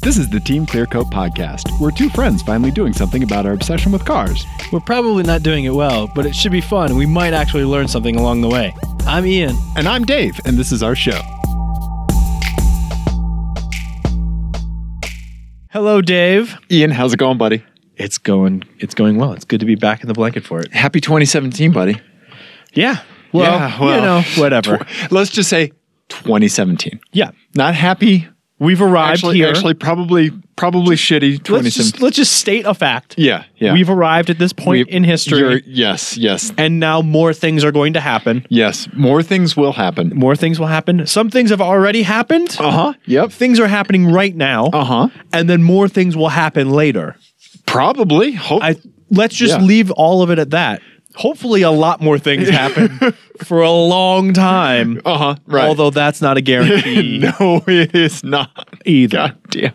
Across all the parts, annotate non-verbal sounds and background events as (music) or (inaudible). This is the Team Clear Coat podcast. We're two friends finally doing something about our obsession with cars. We're probably not doing it well, but it should be fun and we might actually learn something along the way. I'm Ian. And I'm Dave, and this is our show. Hello, Dave. Ian, how's it going, buddy? It's going it's going well. It's good to be back in the blanket for it. Happy 2017, buddy. Yeah. Well, Yeah, well, you know, whatever. Let's just say 2017. yeah. Not happy. We've arrived Actually, here. actually probably probably shitty let's 2017. just let's just state a fact. yeah, yeah. We've arrived at this point We've- in you're- history Yes, yes, and now more things are going to happen. yes. More things will happen. More things will happen. Some things have already happened. Uh huh. Yep. Things are happening right now. Uh huh. And then more things will happen later. Probably. Hope. I let's just Yeah. leave all of it at that. Hopefully, a lot (laughs) more things happen for a long time. uh huh. Right. Although that's not a (laughs) guarantee no, it is not. (laughs) either. God damn.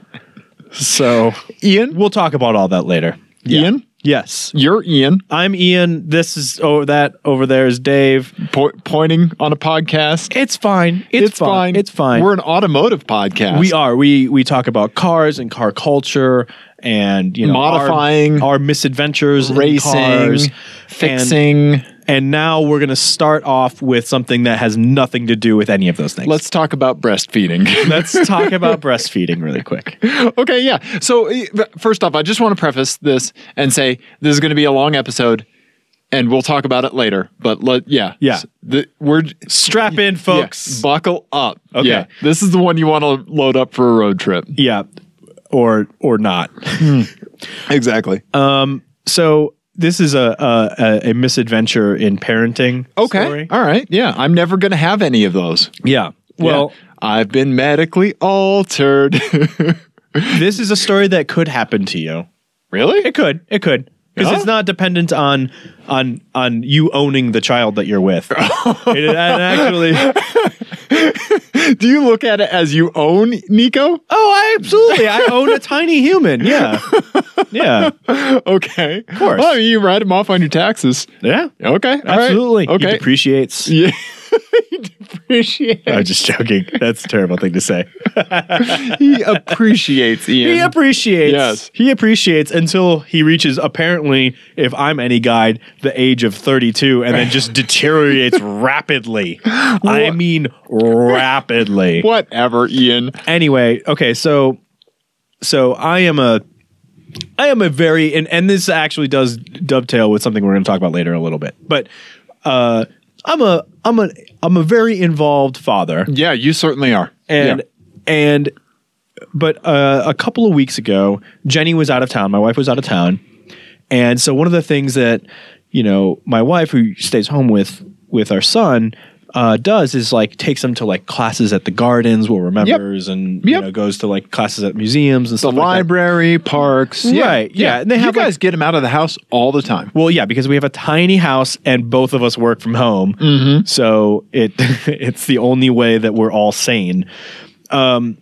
So Ian? we'll talk about all that later. Ian? Yes, You're Ian I'm Ian. This is oh that over there is Dave. po- pointing on a podcast. It's fine. It's, fine. It's fine. We're an automotive podcast. we are. We we talk about cars and car culture and you know our- Modifying. our, misadventures, in racing, cars, and- fixing. and now we're going to start off with something that has nothing to do with any of those things. Let's talk about breastfeeding. (laughs) Let's talk about breastfeeding really quick. okay, yeah. So, eh, but first off, I just want to preface this and say this is going to be a long episode and we'll talk about it later. But let, yeah. Yeah. S- The, we're. Strap in, yeah, folks. buckle up. Okay. Yeah. This is the one you want to load up for a road trip. Yeah, or or not. Exactly. So this is a a, a, a misadventure in parenting. okay. story. All right. Yeah. I'm never going to have any of those. Yeah. Well, Yeah. I've been medically altered. (laughs) this is a story that could happen to you. really? It could. It could. Because Yeah? it's not dependent on on on you owning the child that (laughs) you're with. it, and actually, (laughs) (laughs) Do you look at it as you own Nico? oh, I absolutely, I own a tiny human. Yeah, yeah, Okay. Of course. Well, you write him off on your taxes. yeah. Okay. all right. Absolutely. He Okay. (laughs) depreciates. yeah. he depreciates. I'm just joking. That's a terrible thing to say. He appreciates Ian. He appreciates. Yes. He appreciates until he reaches apparently, if I'm any guide, the age of 32 and then just deteriorates rapidly. I mean rapidly. Whatever, Ian. Anyway, okay, so so I am a I am a very and and this actually does dovetail with something we're going to talk about later a little bit. But uh I'm a I'm a I'm a very involved father Yeah, you certainly are. and and but uh, a couple of weeks ago jenny was out of town my wife was out of town and so one of the things that you know my wife who stays home with with our son uh, does is like takes him to like classes at the gardens where remembers and you Yep. know goes to like classes at museums and the stuff like that. library, parks. Right, yeah, and they you have, like- guys get him out of the house all the time. Well, yeah, because we have a tiny house and both of us work from home, Mm-hmm. so it (laughs) it's the only way that we're all sane. Um,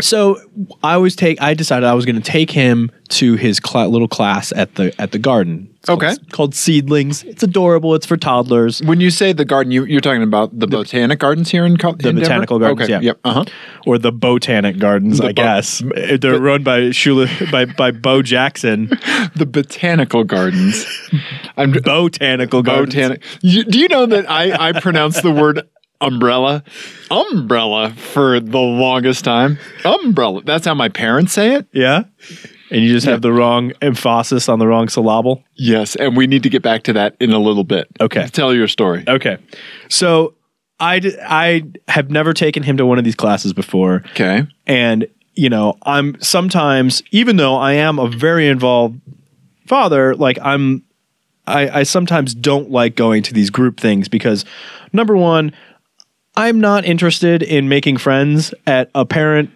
so I always take. I decided I was going to take him to his cla little class at the at the garden. It's Okay. called, it's called Seedlings. It's adorable. It's for toddlers When you say the garden, you, you're talking about the, botanic gardens here in Co- the botanical gardens, yeah. Yep. Uh huh. or the botanic gardens, I bo- guess. Uh, They're run by Shula (laughs) by by (laughs) Bo Jackson. The botanical (laughs) gardens. I'm Botanical gardens. botanic. You, do you know that I I pronounce the word umbrella, umbrella for the longest time. Umbrella. That's how my parents say it. yeah. And you just have the wrong emphasis on the wrong syllable. Yes, and we need to get back to that in a little bit. Okay. Tell your story. Okay. So I, d- I have never taken him to one of these classes before. Okay. And, you know, I'm sometimes, even though I am a very involved father, like I'm, I, I sometimes don't like going to these group things because, number one, I'm not interested in making friends at a parent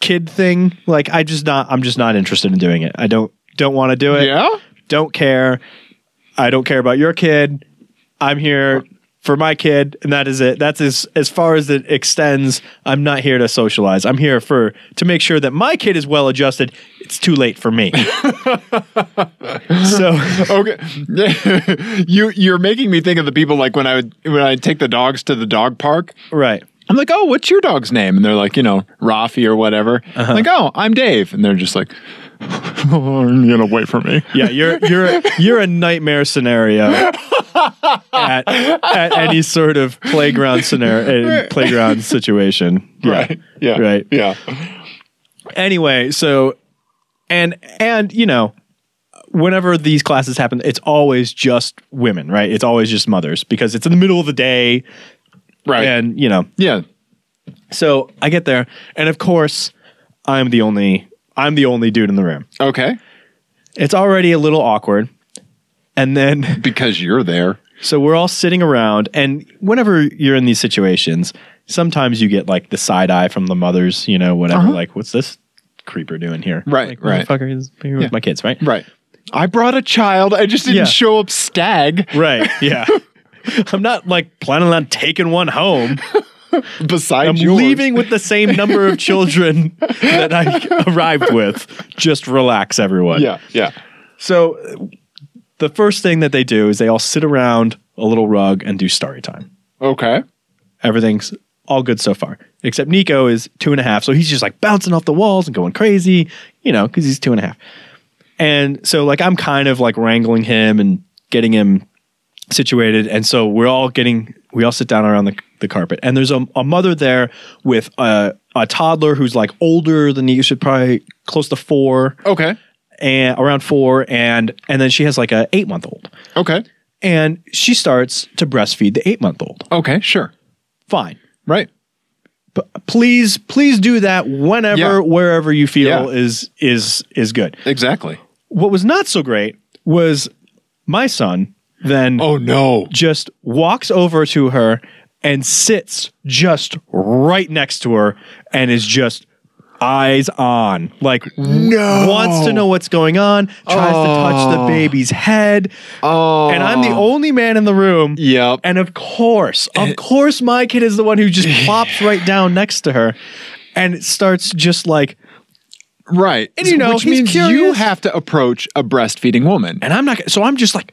kid thing. Like I just not, I'm just not interested in doing it. I don't, don't want to do it Yeah. don't care. I don't care about your kid. I'm here for my kid, and that is it. That's as as far as it extends. I'm not here to socialize. I'm here for to make sure that my kid is well adjusted. It's too late for me. so Okay. (laughs) you you're making me think of the people like when I would when I take the dogs to the dog park right. I'm like, oh, what's your dog's name? And they're like, you know, Rafi or whatever. Uh-huh. I'm like, oh, I'm Dave. And they're just like, (laughs) you know, wait for me. Yeah, you're you're you're a nightmare scenario at, at any sort of playground scenario playground situation. Yeah. Right. Yeah. Right. Yeah. Anyway, so and and you know, whenever these classes happen, it's always just women, right? It's always just mothers because it's in the middle of the day Right. and you know. yeah. So I get there and of course I'm the only I'm the only dude in the room. Okay. It's already a little awkward. And then Because you're there. So we're all sitting around, and whenever you're in these situations, sometimes you get like the side eye from the mothers, you know, whatever. Uh-huh. Like, what's this creeper doing here? Right, like, right. Motherfucker is here Yeah. with my kids, right? Right. I brought a child. I just didn't Yeah. show up stag Right. Yeah. (laughs) I'm not like planning on taking one (laughs) home. beside I'm you. leaving with the same number of children that I arrived with. Just relax, everyone. Yeah. Yeah. So uh, the first thing that they do is they all sit around a little rug and do story time. Okay. everything's all good so far. Except Nico is two and a half, so he's just like bouncing off the walls and going crazy, you know, because he's two and a half. And so like I'm kind of like wrangling him and getting him situated, and so we're all getting we all sit down around the, the carpet, and there's a, a mother there with a, a toddler who's like older than Nico, should probably close to four Okay. and around four, and and then she has like a eight month old, Okay. and she starts to breastfeed the eight month old. Okay. Sure. Fine. Right. P- please please do that whenever Yeah. wherever you feel Yeah. is is is good Exactly. what was not so great was my son then Oh no. just walks over to her and sits just right next to her and is just eyes on like No. wants to know what's going on tries to touch the baby's head Oh. and i'm the only man in the room Yep. and of course, (laughs) of course, my kid is the one who (laughs) just plops right down next to her and it starts just like, Right. And you know, which he's means you curious. have to approach a breastfeeding woman. and I'm not, gonna- so I'm just like,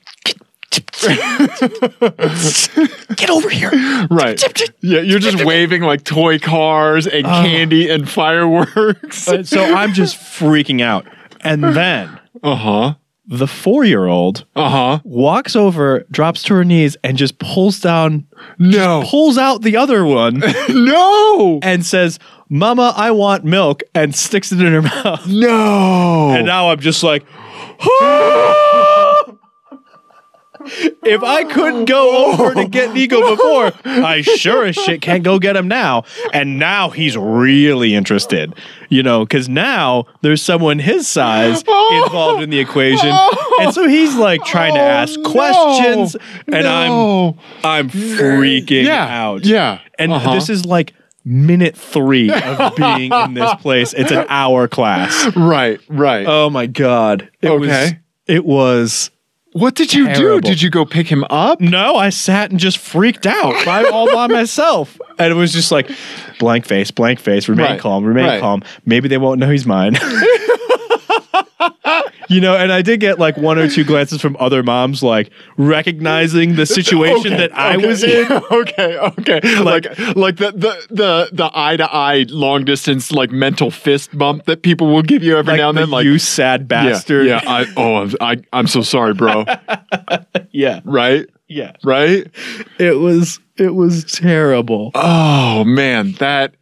get over here. Right. Yeah, you're just waving like toy cars and candy and fireworks. (laughs) And so I'm just freaking out. And then (laughs) Uh-huh. the four year old Uh-huh. walks over, drops to her knees, and just pulls down, No. pulls out the other (laughs) one No. and says, Mama, I want milk, and sticks it in her (laughs) mouth. No. And now I'm just like, uh, if I couldn't (laughs) Oh. go over to get Nico before, I sure as shit can't go get him now. And now he's really interested, you know, because now there's someone his size Oh. involved in the equation, and so he's like trying to ask questions, Oh, and no. I'm I'm freaking yeah. out, Yeah. and Uh-huh. this is like minute (laughs) three of being in this place. It's an hour class. Right, right. Oh my god! It was. Okay. It was. what did you terrible. do? Did you go pick him up? No, I sat and just freaked (laughs) out by all by myself, and it was just like blank face, blank face. Remain Right, calm, remain right. calm. Maybe they won't know he's mine. (laughs) you know, and I did get like one or two glances from other moms, like recognizing the situation Okay, that I okay, was in. yeah, (laughs) okay, okay. Like like, the, the the the eye to eye long distance like mental fist bump that people will give you every Like, now and the then like you sad yeah, bastard. Yeah, I oh I'm I, I'm so sorry, bro. (laughs) yeah, right? yeah. Right? It was it was terrible. Oh man, that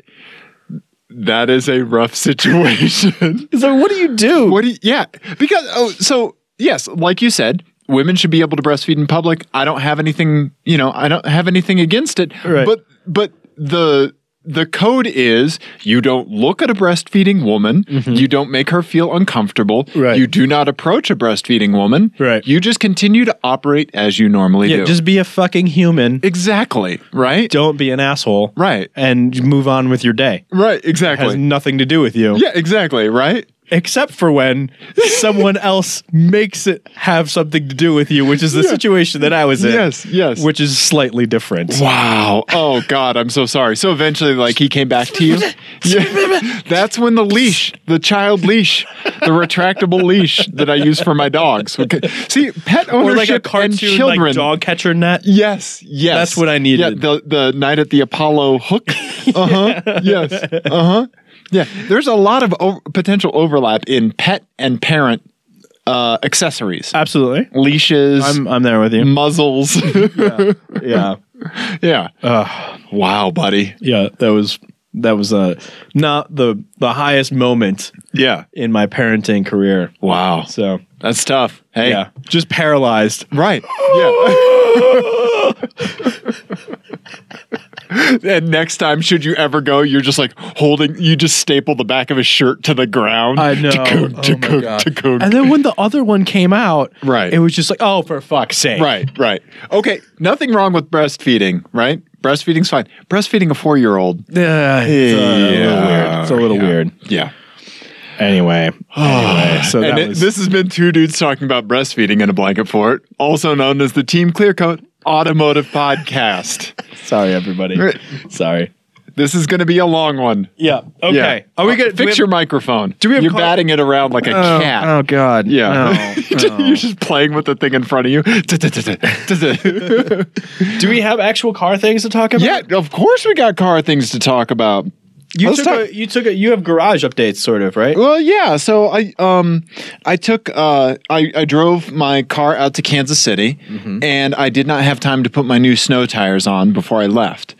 that is a rough (laughs) situation. So what do you do? what do you, yeah, because oh so yes, like you said, women should be able to breastfeed in public. I don't have anything, you know, I don't have anything against it. Right. But but the the code is you don't look at a breastfeeding woman, you don't make her feel uncomfortable, Mm-hmm. Right. you do not approach a breastfeeding woman. Right. You just continue to operate as you normally yeah, do. just be a fucking human. exactly, right? Don't be an asshole. Right. and you move on with your day. Right, It has exactly. nothing to do with you. Yeah, exactly, right? Except for when someone else makes it have something to do with you, which is the situation that I was in. Yes, yes. Which is slightly different. Wow. Oh God, I'm so sorry. So eventually like he came back to you. Yeah. (laughs) That's when the leash, the child leash, the retractable leash that I use for my dogs. Okay. See, pet Or ownership like a and cartoon children. like dog catcher net. Yes, yes. That's what I needed. (laughs) Yeah, the the night at the Apollo hook Uh huh. yes. Uh huh. Yeah. There's a lot of o- potential overlap in pet and parent uh, accessories, Absolutely. leashes, I'm I'm there with you. muzzles. (laughs) Yeah. yeah. wow, buddy. Yeah, that was that was uh not the the highest moment Yeah. in my parenting career. Wow. So, That's tough. Hey. yeah, just paralyzed. (laughs) Right. Yeah. (laughs) and next time, should you ever go, you're just like holding, you just staple the back of his shirt to the ground. I know. Tikkun, Oh my tikkun, God. tikkun. And then when the other one came out, Right. it was just like, oh, for fuck's sake. Right, right. Okay, nothing wrong with breastfeeding, right? Breastfeeding's fine. Breastfeeding a four year old. Yeah, it's uh, a little weird. It's a little weird. Yeah. Anyway, (sighs) anyway, so and that it- was this has been two dudes talking about breastfeeding in a blanket fort, also known as the Team Clearcoat Automotive (laughs) Podcast. sorry, everybody. Right. Sorry. This is going to be a long one. Yeah. Okay. Yeah. Are we good? Fix your microphone. we have You're call- batting it around like a Oh, cat. oh God. yeah. (laughs) No. You're just playing with the thing in front of you. Do we have actual car things to talk (laughs) about? yeah, of course we got car things to talk about. You Let's took talk- a, you took a, you have garage updates, sort of, right? Well, yeah. So I um I took uh I, I drove my car out to Kansas City, and I did not have time to put my new snow tires on before I left.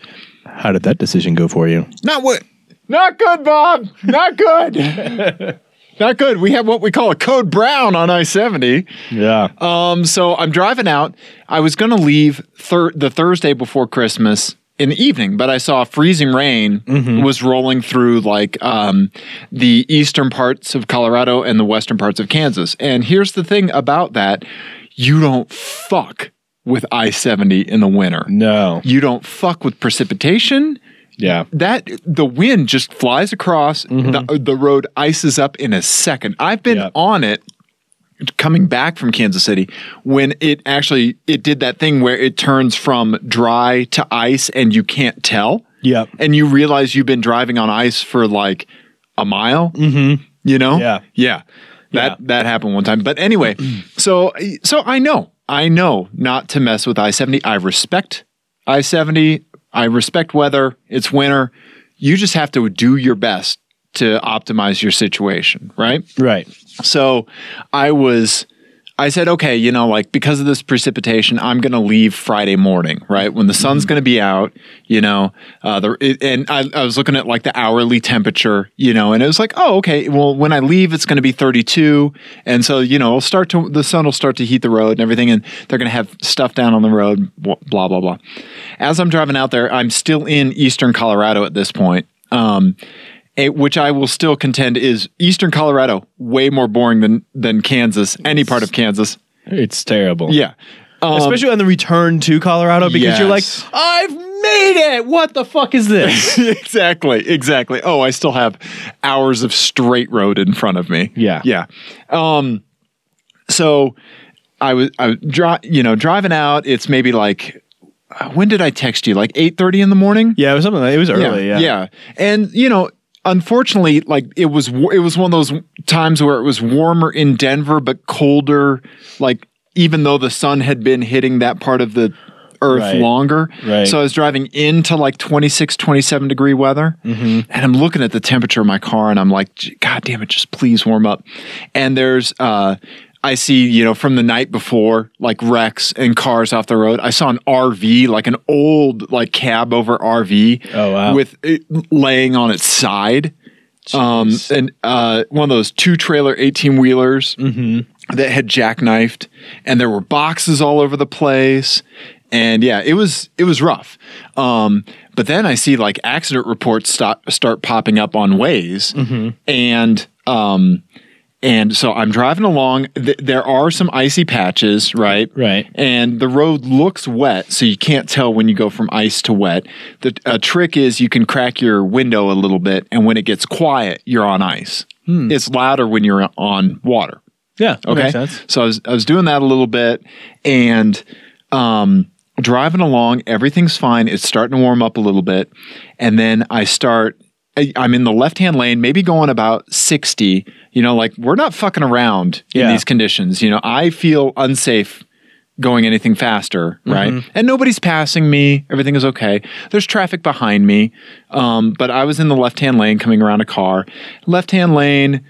How did that decision go for you? Not what. Not good, Bob. Not good. (laughs) not good. We have what we call a code brown on I seventy. Yeah. Um, so I'm driving out. I was going to leave thir- the Thursday before Christmas in the evening, but I saw freezing rain was rolling through like um, the eastern parts of Colorado and the western parts of Kansas. And here's the thing about that you don't fuck with I 70 in the winter, no. you don't fuck with precipitation Yeah. that the wind just flies across the, uh, the road ices up in a second i've been Yeah. on it coming back from kansas city when it actually it did that thing where it turns from dry to ice and you can't tell Yeah. and you realize you've been driving on ice for like a mile mm-hmm. you know Yeah. yeah that Yeah. that happened one time but (clears throat) anyway so so i know i know not to mess with i-70 i respect i-70 i respect weather it's winter you just have to do your best to optimize your situation right Right. so I was, I said, okay, you know, like because of this precipitation, I'm going to leave Friday morning, right? When the sun's going to be out, you know, uh, the, it, and I, I was looking at like the hourly temperature, you know, and it was like, oh, okay, well, when I leave, it's going to be 32. And so, you know, it'll start to, the sun will start to heat the road and everything, and they're going to have stuff down on the road, blah, blah, blah, blah. As I'm driving out there, I'm still in Eastern Colorado at this point. Um, eh, which I will still contend is Eastern Colorado way more boring than than Kansas, any part of Kansas. It's terrible. Yeah. (laughs) Um, Especially on the return to Colorado because you're like, Yes. I've made it. What the fuck is (laughs) this? exactly, exactly. Oh, I still have hours of straight road in front of me. Yeah. yeah. Um, so I was I was dri- you know driving out. It's maybe like uh, when did I text you? Like eight thirty in the morning. yeah, it was something like it was early. Yeah. yeah. And you know, unfortunately, like it was wa- it was one of those times where it was warmer in Denver but colder. Like even though the sun had been hitting that part of the earth Right. longer Right. so i was driving into like 26 27 degree weather Mm-hmm. and i'm looking at the temperature of my car and i'm like "Gee, god damn it just please warm up and there's uh i see you know from the night before like wrecks and cars off the road i saw an rv like an old like cab over rv Oh, wow. with it laying on its side. Um, and uh, one of those two trailer 18 wheelers Mm-hmm. that had jackknifed, and there were boxes all over the place. And yeah, it was it was rough. Um, but then I see like accident reports stop, start popping up on Waze, Mm-hmm. and um, and so I'm driving along. Th- there are some icy patches, right? Right. And the road looks wet, so you can't tell when you go from ice to wet. The a trick is you can crack your window a little bit, and when it gets quiet, you're on ice. It's louder when you're on water. Yeah. Hmm. that Okay. Makes sense. So I was, I was doing that a little bit and um, driving along. Everything's fine. It's starting to warm up a little bit. And then I start, I- I'm in the left hand lane, maybe going about 60. You know, like we're not fucking around in Yeah. these conditions. You know, I feel unsafe going anything faster, right? Mm-hmm. And nobody's passing me. Everything is okay. There's traffic behind me, um, but I was in the left hand lane coming around a car, left hand lane,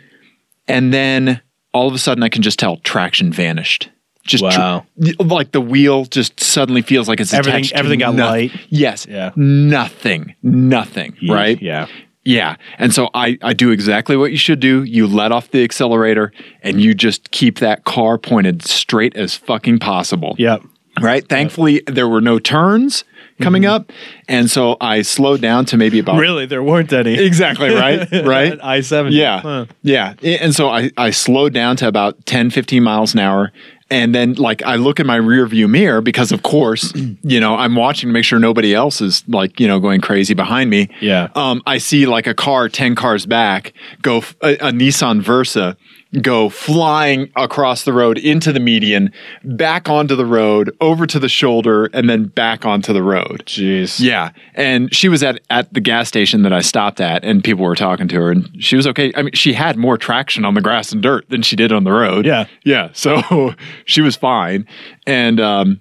and then all of a sudden I can just tell traction vanished. Just tr- Wow. y- like the wheel just suddenly feels like it's Everything- attached to everything got noth- light. Yes, Yeah. nothing, nothing, right? Yeah. Yeah. And so I, I do exactly what you should do. You let off the accelerator and you just keep that car pointed straight as fucking possible. Yep. Mm-hmm. Right. Thankfully, there were no turns coming up. And so I slowed down to maybe about. Really, there weren't any. (laughs) Exactly. (laughs) Right. Oh. Right. I seven. Yeah. Yeah. I- And so I, I slowed down to about 10, 15 miles an hour. And then, like, I look in my rear view mirror because, of course, (clears throat) you know, I'm watching to make sure nobody else is, like, you know, going crazy behind me. Yeah. Um, I see, like, a car 10 cars back go, f- a, a Nissan Versa go flying across the road into the median, back onto the road, over to the shoulder, and then back onto the road. Jeez. Yeah, and she was at at the gas station that I stopped at, and people were talking to her, and she was okay. I mean, she had more traction on the grass and dirt than she did on the road. Yeah. yeah. So (laughs) she was fine, and um,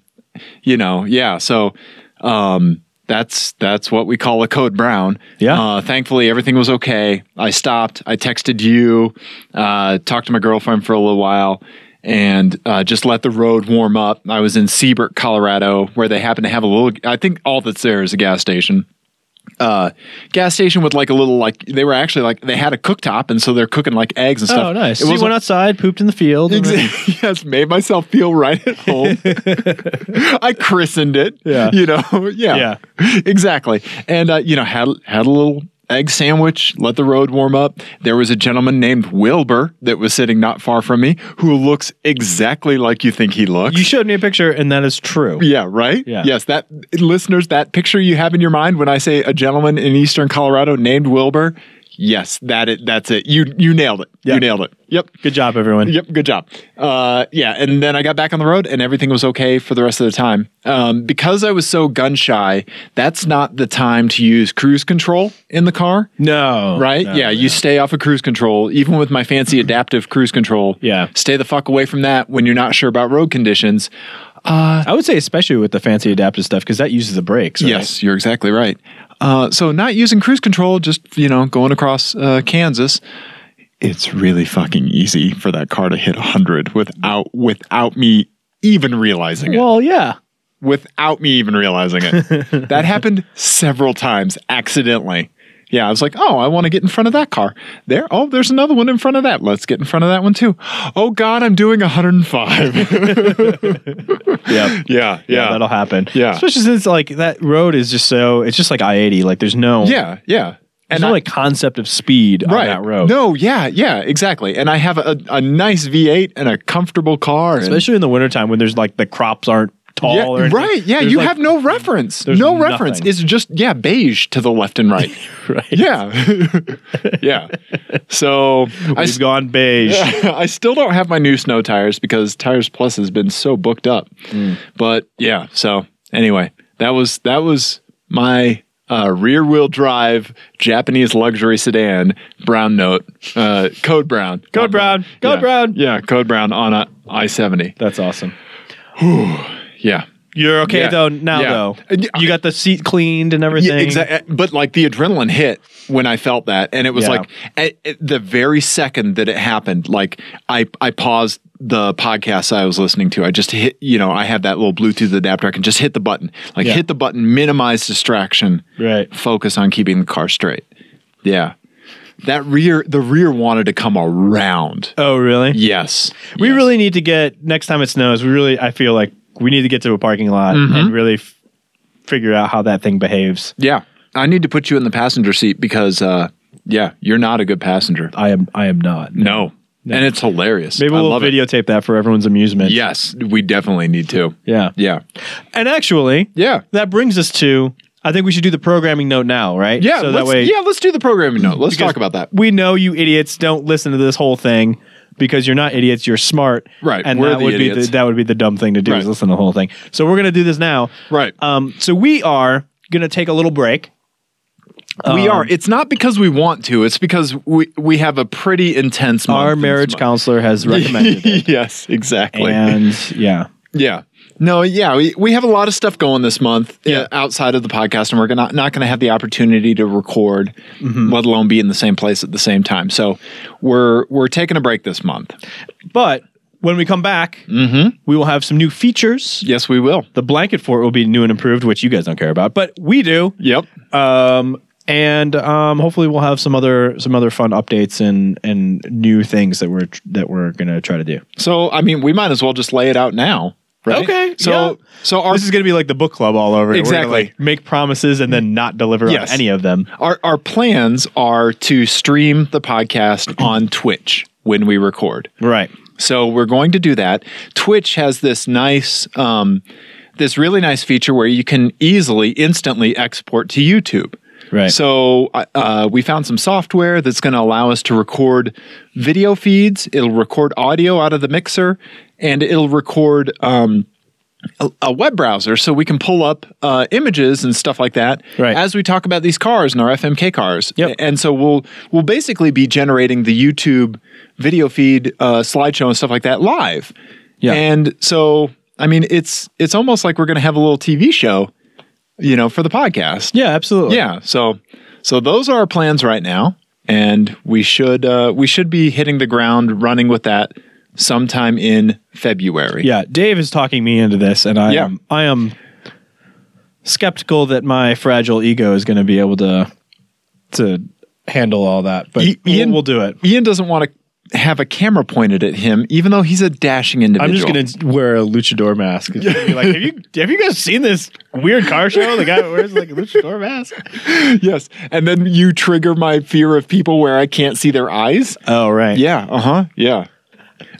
you know, yeah. So um, that's that's what we call a code brown. Yeah. Uh, thankfully, everything was okay. I stopped. I texted you, uh, talked to my girlfriend for a little while, and uh, just let the road warm up. I was in Seabrook, Colorado, where they happen to have a little. I think all that's there is a gas station. Uh, gas station with like a little like they were actually like they had a cooktop and so they're cooking like eggs and stuff. Oh, nice. It so you wasn't- went outside, pooped in the field. and then- Exa- (laughs) yes, made myself feel right at (laughs) home. I christened it. Yeah. You know, (laughs) yeah. Exactly. And uh, you know, had had a little egg sandwich, let the road warm up. There was a gentleman named Wilbur that was sitting not far from me who looks exactly like you think he looks. You showed me a picture, and that is true. yeah, right? Yeah. Yes, that listeners, that picture you have in your mind when I say a gentleman in eastern Colorado named Wilbur, yes, that it that's it. You you nailed it. Yeah. You nailed it. Yep. Good job, everyone. Yep, good job. Uh, yeah, and then I got back on the road, and everything was okay for the rest of the time. Um, because I was so gun shy, that's not the time to use cruise control in the car, No. right? No. yeah, you stay off of cruise control, even with my fancy adaptive cruise control. Yeah. stay the fuck away from that when you're not sure about road conditions. I would say especially with the fancy adaptive stuff because that uses the brakes. right? Yes, you're exactly right. Uh, so not using cruise control, just you know, going across uh, Kansas. It's really fucking easy for that car to hit hundred without without me even realizing it. Well, yeah. without me even realizing it. that happened several times accidentally. Yeah, I was like, oh, I want to get in front of that car. There, oh, there's another one in front of that. Let's get in front of that one too. Oh God, I'm doing 105. (laughs) Yeah. yeah, Yeah, yeah, that'll happen. Yeah. especially since like that road is just so it's just like I eighty. Like there's no yeah, yeah. there's no I- like concept of speed on that road. No, yeah, yeah, exactly. And I have a, a nice V8 and a comfortable car. and- especially in the wintertime when there's like the crops aren't tall. yeah, or anything. right. Yeah, There's, you like- have no reference. No nothing. reference. It's just yeah, beige to the left and (laughs) right. Right. Yeah, (laughs) yeah. So I, We've gone beige. s- (laughs) I still don't have my new snow tires because Tires Plus has been so booked up. Mm. But yeah, so anyway, that was that was my uh, rear wheel drive Japanese luxury sedan brown note uh, code brown Code brown. Code Yeah. brown. yeah code brown on a i seventy That's awesome. yeah. You're okay Yeah. though now Yeah. though. And y- You got the seat cleaned and everything. Yeah, exactly. But like the adrenaline hit when I felt that, and it was Yeah. like at, at the very second that it happened, like I I paused the podcast I was listening to. I just hit, you know, I had that little Bluetooth adapter. I can just hit the button, like Yeah. hit the button, minimize distraction, Right. focus on keeping the car straight. Yeah, that rear, the rear wanted to come around. Oh really? Yes, We Yes. really need to get next time it snows. We really, I feel like we need to get to a parking lot Mm-hmm. and really f- figure out how that thing behaves. yeah. I need to put you in the passenger seat because, uh, yeah, you're not a good passenger. I am, I am not. No. And it's hilarious. Maybe I we'll love it. videotape that for everyone's amusement. Yes, we definitely need to. yeah, Yeah. And actually, Yeah. that brings us to. I think we should do the programming note now, right? Yeah. So that let's, way, yeah, let's do the programming note. Let's because talk about that. We know you idiots don't listen to this whole thing because you're not idiots. You're smart. Right, And we're that the would be idiots. the, that would be the dumb thing to do Right. is listen to the whole thing. So we're gonna do this now. Right. Um. So we are gonna take a little break. we Um, are. It's not because we want to. It's because we we have a pretty intense month our this marriage (laughs) month. counselor has recommended it. yes, exactly. and yeah. yeah. No, yeah, we, we have a lot of stuff going this month uh, Yeah. outside of the podcast, and we're gonna, not going to have the opportunity to record, Mm-hmm. let alone be in the same place at the same time. So we're we're taking a break this month. But when we come back, Mm-hmm. we will have some new features. Yes, we will. The blanket fort will be new and improved, which you guys don't care about, but we do. Yep. Um, and um, hopefully we'll have some other some other fun updates and and new things that we're that we're gonna try to do. So I mean, we might as well just lay it out now, right? Okay, So yeah. so our This is gonna be like the book club all over. We're gonna, Exactly. like, make promises and then not deliver Yes. on any of them. our our plans are to stream the (clears throat) podcast on Twitch when we record. Right. So we're going to do that. Twitch has this nice, um, this really nice feature where you can easily, instantly export to YouTube. Right. So uh, uh, we found some software that's going to allow us to record video feeds. It'll record audio out of the mixer, and it'll record um, a, a web browser, so we can pull up uh, images and stuff like that Right. as we talk about these cars and our FMK cars. Yep. And so we'll we'll basically be generating the YouTube video feed, uh, slideshow, and stuff like that live. Yeah. And so I mean, it's it's almost like we're going to have a little TV show, you know, for the podcast. Yeah, absolutely. Yeah. So so those are our plans right now, and we should uh, we should be hitting the ground running with that sometime in February. Yeah, Dave is talking me into this, and I Yeah. am I am skeptical that my fragile ego is going to be able to to handle all that. But I- we'll, Ian- we'll do it. Ian doesn't want to have a camera pointed at him, even though he's a dashing individual. I'm just (laughs) going to wear a luchador mask. It's gonna be like, have you have you guys seen this weird car show? The guy that wears like a luchador mask. yes, and then you trigger my fear of people where I can't see their eyes. Oh right. Yeah. Uh huh. Yeah.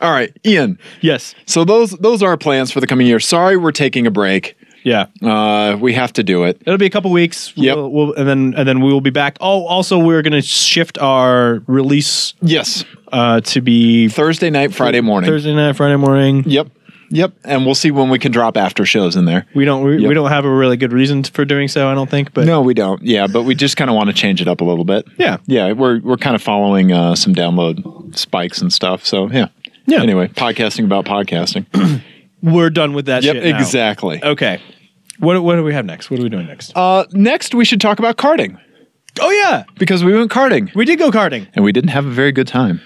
All right, Ian. Yes. So those those are our plans for the coming year. Sorry, we're taking a break. Yeah. Uh, we have to do it. It'll be a couple weeks. Yep. We'll, we'll, and then and then we will be back. Oh, also we're going to shift our release Yes, uh, to be Thursday night, Friday morning. Thursday night, Friday morning. Yep. Yep. And we'll see when we can drop after shows in there. We don't we, Yep. we don't have a really good reason for doing so, I don't think. But No, we don't. Yeah, but we just kind of want to change it up a little bit. Yeah. Yeah, we're we're kind of following uh, some download spikes and stuff. So, yeah. Yeah. Anyway, podcasting about podcasting. we're done with that yep, shit. now. Oh. exactly. Okay. What what do we have next? What are we doing next? Uh, next we should talk about karting oh yeah. because we went karting We did go karting. and we didn't have a very good time.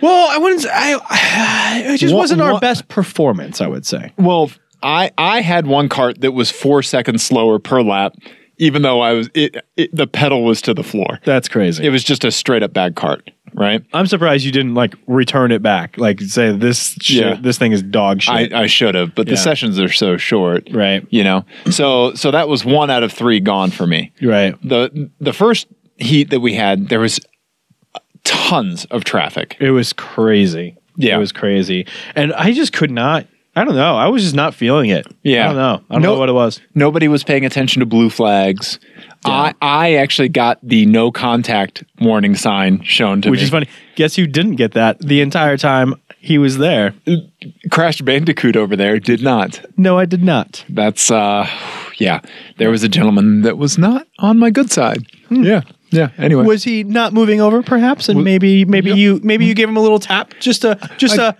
Well, I wouldn't s- I (sighs) it just Wha- wasn't our wha- best performance, I would say. Well, I I had one cart that was 4 seconds slower per lap even though I was it, it the pedal was to the floor. That's crazy. It was just a straight up bad cart, right? I'm surprised you didn't like return it back. Like say this shit, Yeah. this thing is dog shit. I, I should have, but the Yeah. sessions are so short, Right. You know, so so that was one out of three gone for me. right. the The first heat that we had, there was tons of traffic. It was crazy. Yeah. It was crazy. And I just could not I don't know. I was just not feeling it. Yeah. I don't know. I don't No- know what it was. Nobody was paying attention to blue flags. I I actually got the no contact warning sign shown to which me. is funny. Guess who didn't get that the entire time he was there? Crash Bandicoot over there did not. No, I did not. That's uh, yeah. There was a gentleman that was not on my good side. Hmm. Yeah, yeah. Anyway, Was he not moving over, perhaps? And maybe, maybe you, maybe you gave him a little tap, just a, just a.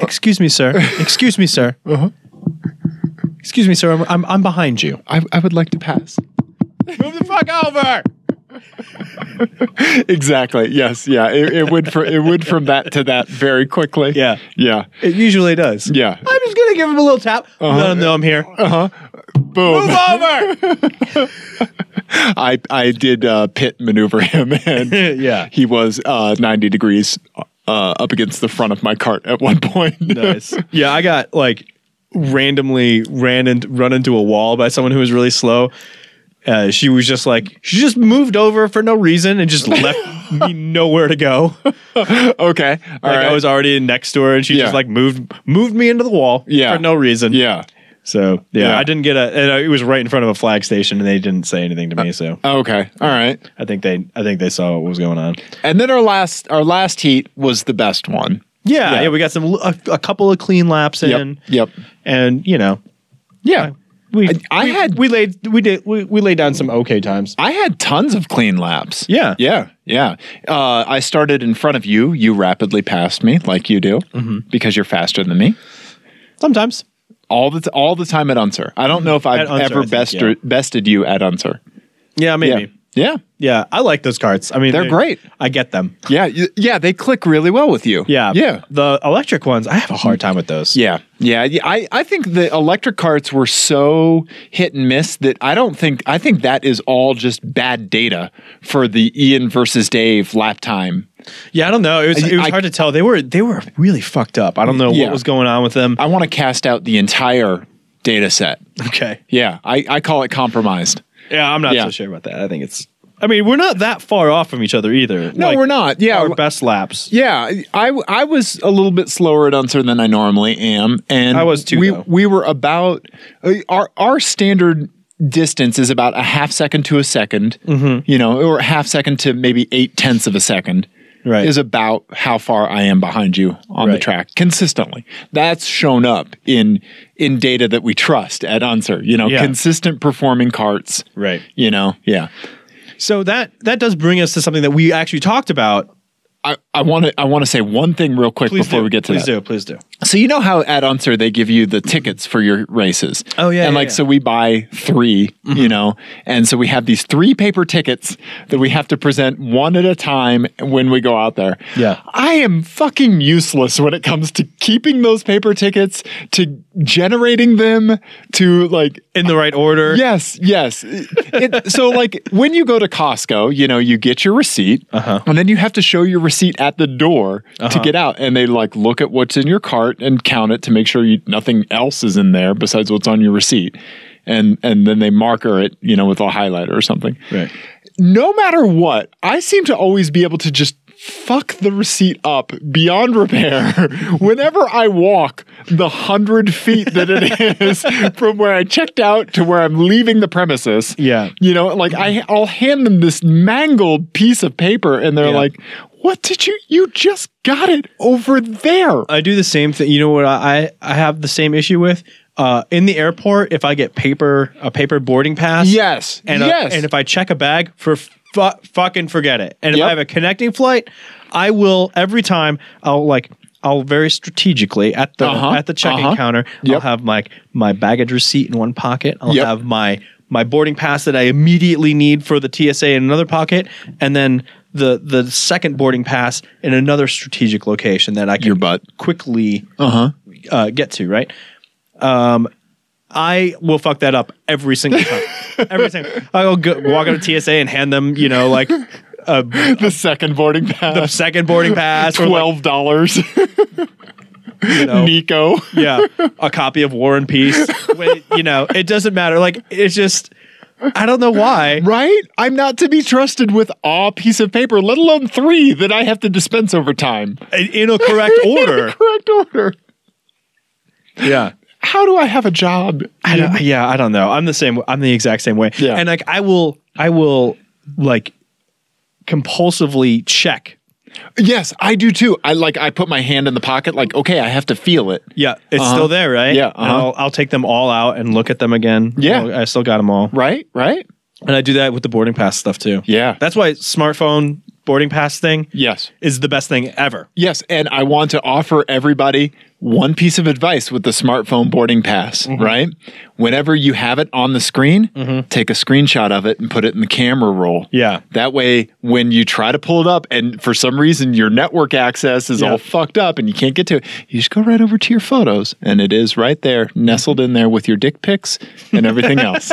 Excuse me, (laughs) sir. Excuse me, sir. Excuse me, sir. I'm, I'm, I'm behind you. I, I would like to pass. (laughs) Move the fuck over. exactly. Yes. Yeah. It, it would. Fr- it would from that to that very quickly. Yeah. Yeah. It usually does. Yeah. I'm just gonna give him a little tap. Let him know I'm here. Boom. Move Uh-huh. over. (laughs) I I did uh, pit maneuver him, (laughs) and (laughs) Yeah. he was uh, ninety degrees uh, up against the front of my cart at one (laughs) point. Nice. (laughs) yeah, I got like randomly ran and run into a wall by someone who was really slow. Uh, she was just like she just moved over for no reason and just (laughs) left me nowhere to go. Like okay. All right. I was already next to her and she Yeah. just like moved moved me into the wall Yeah. for no reason. yeah. So yeah, Yeah. I didn't get a and uh, it was right in front of a flag station and they didn't say anything Uh. to me. So Okay. All right. I think they I think they saw what was going on. And then our last our last heat was the best one. Yeah, Yeah. yeah, we got some a, a couple of clean laps in. Yep. And you know, Yeah. we I- I we- had- we laid we did we, we laid down some okay times. I had tons of clean laps. Yeah. Yeah. Yeah. Uh, I Mm-hmm. started in front of you. You rapidly passed me like you do because you're faster than me. Sometimes. all the t- all the time at Unser. I don't know if I've Mm-hmm. At Unser, I ever think, bested yeah. bested you at Unser. Yeah, maybe. Yeah, Yeah. yeah, I like those carts. I mean, They're great. I get them. yeah, y- yeah. They click really well with you. Yeah. yeah, The electric ones, I have a hard time with those. yeah, yeah. yeah. I I think the electric carts were so hit and miss that I don't think I think that is all just bad data for the Ian versus Dave lap time. Yeah, I don't know. It was, it was I- hard to tell. They were they were really fucked up. I don't know Yeah. what was going on with them. I want to cast out the entire data set. Okay. Yeah, I, I call it compromised. Yeah, I'm not Yeah. so sure about that. I think it's. I mean, we're not that far off from each other either. No, we're not. Yeah, Our best laps. Yeah, I, I was a little bit slower at Unser than I normally am, and I was too, We though. we were about uh, our our standard distance is about a half second to a 2nd Mm-hmm. you know, or a half second to maybe eight tenths of a second. Right. is about how far I am behind you on the Right. track consistently. That's shown up in in data that we trust at Unser. You know, Yeah. consistent performing carts. Right. You know, yeah. So that that does bring us to something that we actually talked about. I want to I want to say one thing real quick Please before do. we get to please that. do. Please do. So you know how at Unser they give you the tickets for your races. Oh, yeah, And yeah, like yeah. Mm-hmm. so we buy 3 you know, and so we have these three paper tickets that we have to present one at a time when we go out there. Yeah. I am fucking useless when it comes to keeping those paper tickets, to generating them, to like In the right order. Yes, yes. It, so, like, when you go to Costco, you know, you get your receipt, and then you have to show your receipt at the door to get out, and they like look at what's in your cart and count it to make sure you, nothing else is in there besides what's on your receipt, and and then they marker it, you know, with a highlighter or something. Right. No matter what, I seem to always be able to just. Fuck the receipt up beyond repair. (laughs) Whenever I walk the hundred feet that it (laughs) is from where I checked out to where I'm leaving the premises, Yeah. you know, like I, I'll hand them this mangled piece of paper, and they're Yeah. like, "What did you? You just got it over there." I do the same thing. You know what I I have the same issue with. Uh, in the airport, if I get paper a paper boarding pass, yes, and a- yes, and if I check a bag for fu- fucking forget it. And if Yep. I have a connecting flight, I will every time I'll like I'll very strategically at the Uh-huh, at the check-in uh-huh. counter, I'll Yep. have my my baggage receipt in one pocket. I'll Yep. have my my boarding pass that I immediately need for the TSA in another pocket, and then the the second boarding pass in another strategic location that I can Your butt. quickly uh-huh. uh, get to, right? Um, I will fuck that up every single time. (laughs) every single. I'll go, walk up to TSA and hand them, you know, like a the second boarding (laughs) pass, second boarding pass or like, Oh. twelve dollars, you know, Nico. yeah, a copy of War and Peace. When, you know, it doesn't matter. Like it's just, I don't know why. Right? I'm not to be trusted with a piece of paper, let alone three that I have to dispense over time. In- In (laughs) a correct order. Correct order. yeah. How do I have a job? I don't, yeah, I don't know. I'm the same. I'm the exact same way. Yeah. And like, I will, I will like compulsively check Yes, I do too. I like I put my hand in the pocket, like, okay, I have to feel it. Yeah, it's Uh-huh. still there, right? Yeah, And uh-huh. I'll, I'll take them all out and look at them again. Yeah. I'll- I still got them all, Right? Right? and I do that with the boarding pass stuff too. Yeah. that's why smartphone boarding pass thing Yes. is the best thing ever. Yes, and I want to offer everybody one piece of advice with the smartphone boarding pass, Mm-hmm. right? Whenever you have it on the screen, take a screenshot of it and put it in the camera roll. Yeah. That way, when you try to pull it up and for some reason your network access is Yeah. all fucked up and you can't get to it, you just go right over to your photos and it is right there, nestled in there with your dick pics and everything (laughs) else.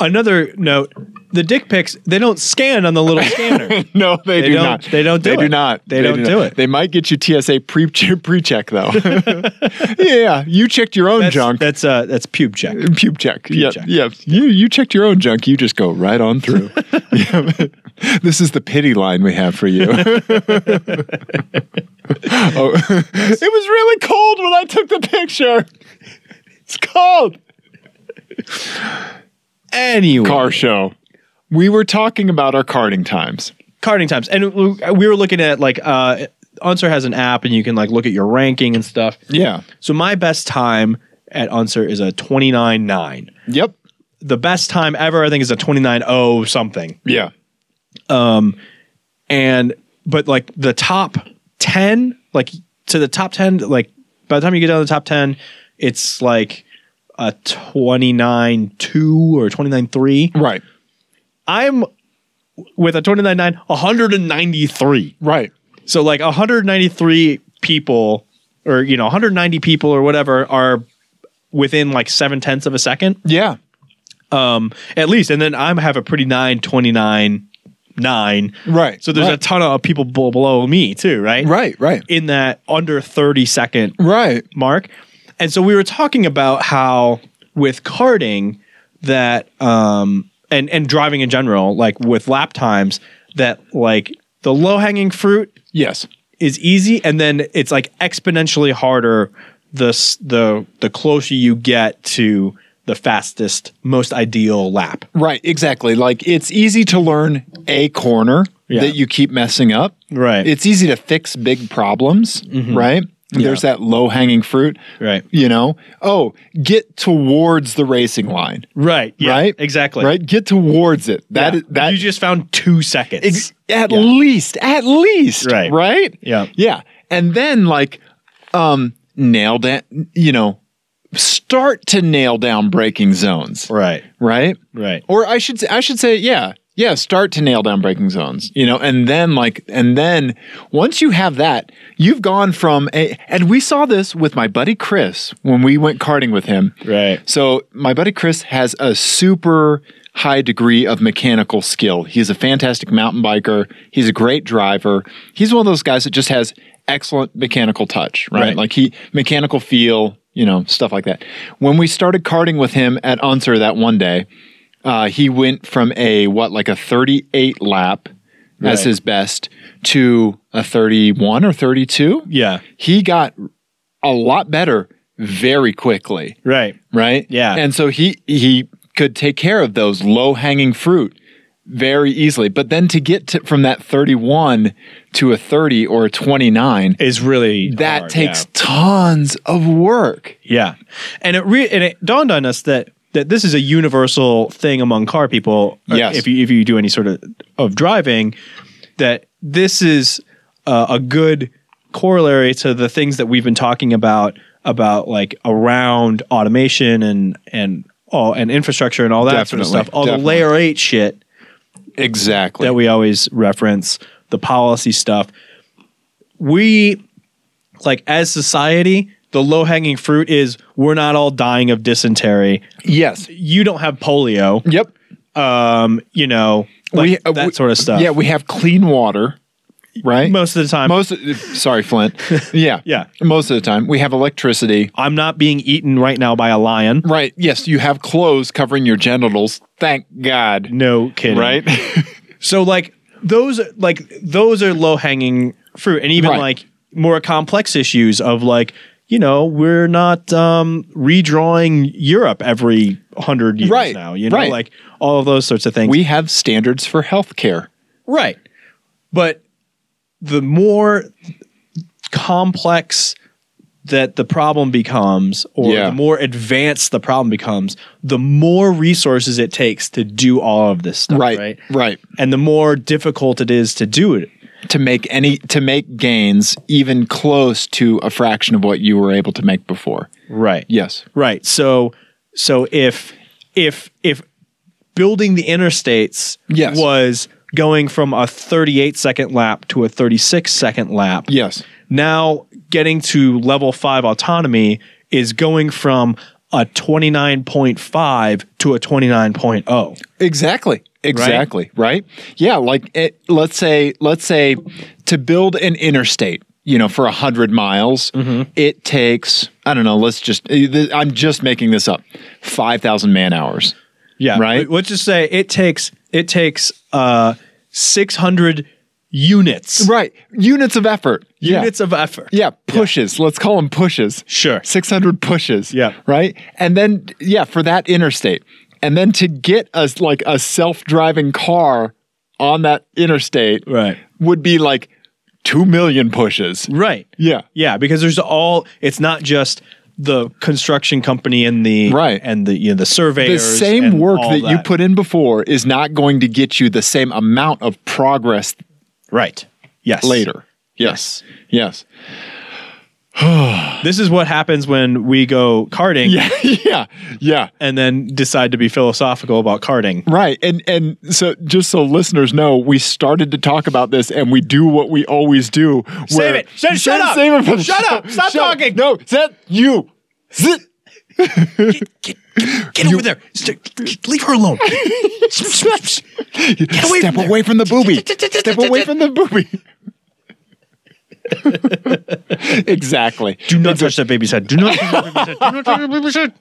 Another note: the dick pics they don't scan on the little scanner. No, they, do don't- not. they don't do They do it. not. They don't do not. it. They might get you TSA pre pre check (laughs) though. (laughs) yeah, you checked your own That's, junk. That's uh, that's pube check. Pube check. yeah, check. yeah. You you checked your own junk. You just go right on (laughs) through. Yeah. This is the pity line we have for (laughs) you. oh, it was really cold when I took the picture. It's cold. Anyway, Car show. We were talking about our karting times. carding times, and we we were looking at like uh, Unser has an app, and you can like look at your ranking and stuff. Yeah. So my best time at Unser is a twenty nine nine. Yep. the best time ever I think is a 29.0 something. Yeah. And but like the top 10, like to the top 10 like By the time you get down to the top 10, it's like a 29 2 or 29 3. Right. I'm with a 29 9, 193. Right. So like 193 people or you know 190 people or whatever are within like seven tenths of a second Yeah. um at least and then i'm have a pretty 9 29 9 Right. so there's a right. ton of people b- below me too right right. Right. in that under 30 second Right. mark. And so we were talking about how with karting that um and and driving in general, like with lap times, that like the low hanging fruit Yes. is easy, and then it's like exponentially harder the s- the the closer you get to the fastest, most ideal lap. Right, exactly. Like it's easy to learn a corner Yeah. that you keep messing up. Right. Mm-hmm. It's easy to fix big problems, right? There's that low hanging fruit. Right. You know, oh, get towards the racing line, Right. Yeah, Right? Exactly. right? Get towards it. That Yeah. is that you just found two seconds. Ex- at least, at least, Right. right, Yeah. yeah, and then like, um, nail down, you know, start to nail down braking zones, right. right? Right. or I should say, I should say, yeah, yeah, start to nail down breaking zones, you know, and then like, and then once you have that, you've gone from a, and we saw this with my buddy Chris when we went karting with him. Right. So my buddy Chris has a super high degree of mechanical skill. He's a fantastic mountain biker. He's a great driver. He's one of those guys that just has excellent mechanical touch, right? Right. Like he mechanical feel, you know, stuff like that. When we started karting with him at Unser that one day, uh, he went from a what like a 38 lap as Right. his best to a 31 or 32. Yeah. He got a lot better very quickly Right. right? Yeah. And so he he could take care of those low hanging fruit very easily. But then to get to, from that 31 to a 30 or a 29, Is really that hard, takes yeah. tons of work. Yeah, and it re- and it dawned on us that that this is a universal thing among car people. uh, Yes. if you if you do any sort of of driving, that this is uh, a good corollary to the things that we've been talking about about like around automation and and oh and infrastructure and all that sort Definitely, of stuff. All the definitely. layer eight shit Exactly. that we always reference, the policy stuff. We like as society, the low hanging fruit is we're not all dying of dysentery. yes. You don't have polio. Yep. Um, you know, like uh, that sort of stuff. Yeah, we have clean water, right? most of the time. most sorry, Flint. Yeah. (laughs) Yeah. Most of the time we have electricity. I'm not being eaten right now by a lion. Right. Yes, you have clothes covering your genitals. Thank God. No kidding. Right? (laughs) So like those like those are low hanging fruit, and even Right. like more complex issues of like you know we're not um, redrawing Europe every hundred years Right. now. You know, Right. like all of those sorts of things. we have standards for healthcare. right, but the more complex that the problem becomes or Yeah. the more advanced the problem becomes the more resources it takes to do all of this stuff Right. Right. and the more difficult it is to do it. to make any to make gains even close to a fraction of what you were able to make before. Right. Yes. Right. So so if if if building the interstates Yes. was going from a 38 second lap to a 36 second lap. Yes. Now getting to level 5 autonomy is going from a 29.5 to a oh. 29.0. Exactly. Exactly. Right. Yeah. Like it, let's say let's say to build an interstate, you know, for a hundred miles, it takes I don't know. Let's just eh, I'm just making this up. Five thousand man hours. Yeah. Right? Let- Let's just say it takes it takes uh 600 units. Right. Units of effort. Units of effort. Yeah, pushes. Let's call them pushes. Sure. 600 pushes. Yeah. Right? And then, yeah, for that interstate. And then to get us like a self driving car on that interstate Right. would be like 2 million pushes. Right. Yeah. Yeah, because there's all. It's not just the construction company and the Right. and the you know the surveyors. The same and work all that, you put in before is not going to get you the same amount of progress right. Yes. later. Yes. Yes. this is what happens when we go karting Yeah, (laughs) yeah, yeah. and then decide to be philosophical about karting. Right. And and so just so listeners know, we started to talk about this and we do what we always do. where- it. Shut- shut Save- up. save it for- Shut up. Stop talking. No, that you. Zit. Get, get, get over there. St- leave her (laughs) alone. away Step from there. away from the booby. Step away from the booby. exactly. Do not touch that baby's head. Do not touch that baby's head. Do not touch that (laughs) baby's head.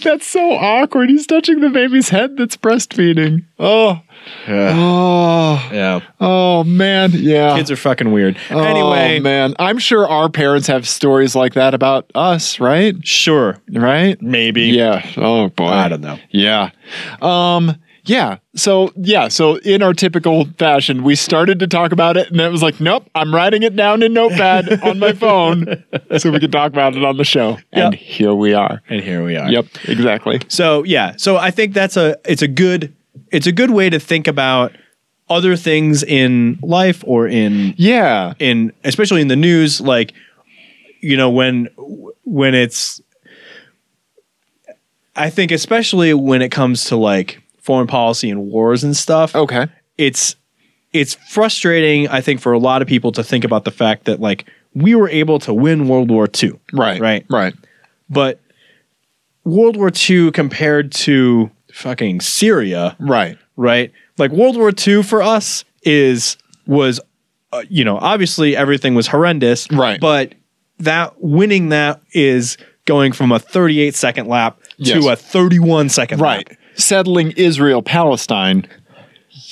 That's so awkward. He's touching the baby's head that's breastfeeding. Oh. Yeah. Oh. yeah. Oh man. Yeah. Kids are fucking weird. anyway, Oh, man, I'm sure our parents have stories like that about us, right? sure. Right? Maybe. Yeah. Oh boy. I don't know. Yeah. Um yeah. So yeah, so in our typical fashion, we started to talk about it and it was like, nope, I'm writing it down in notepad on my phone so we can talk about it on the show. And here we are. And here we are. Yep, exactly. So yeah, so I think that's a it's a good it's a good way to think about other things in life or in Yeah. in especially in the news like you know when when it's I think especially when it comes to like foreign policy and wars and stuff Okay. it's it's frustrating I think for a lot of people to think about the fact that like we were able to win World War II Right. Right. Right. but World War II compared to fucking Syria, Right. right? Like World War II for us is was uh, you know, obviously everything was horrendous, Right. But that winning that is going from a 38 second lap Yes. to a 31 second Right. lap. Settling Israel Palestine.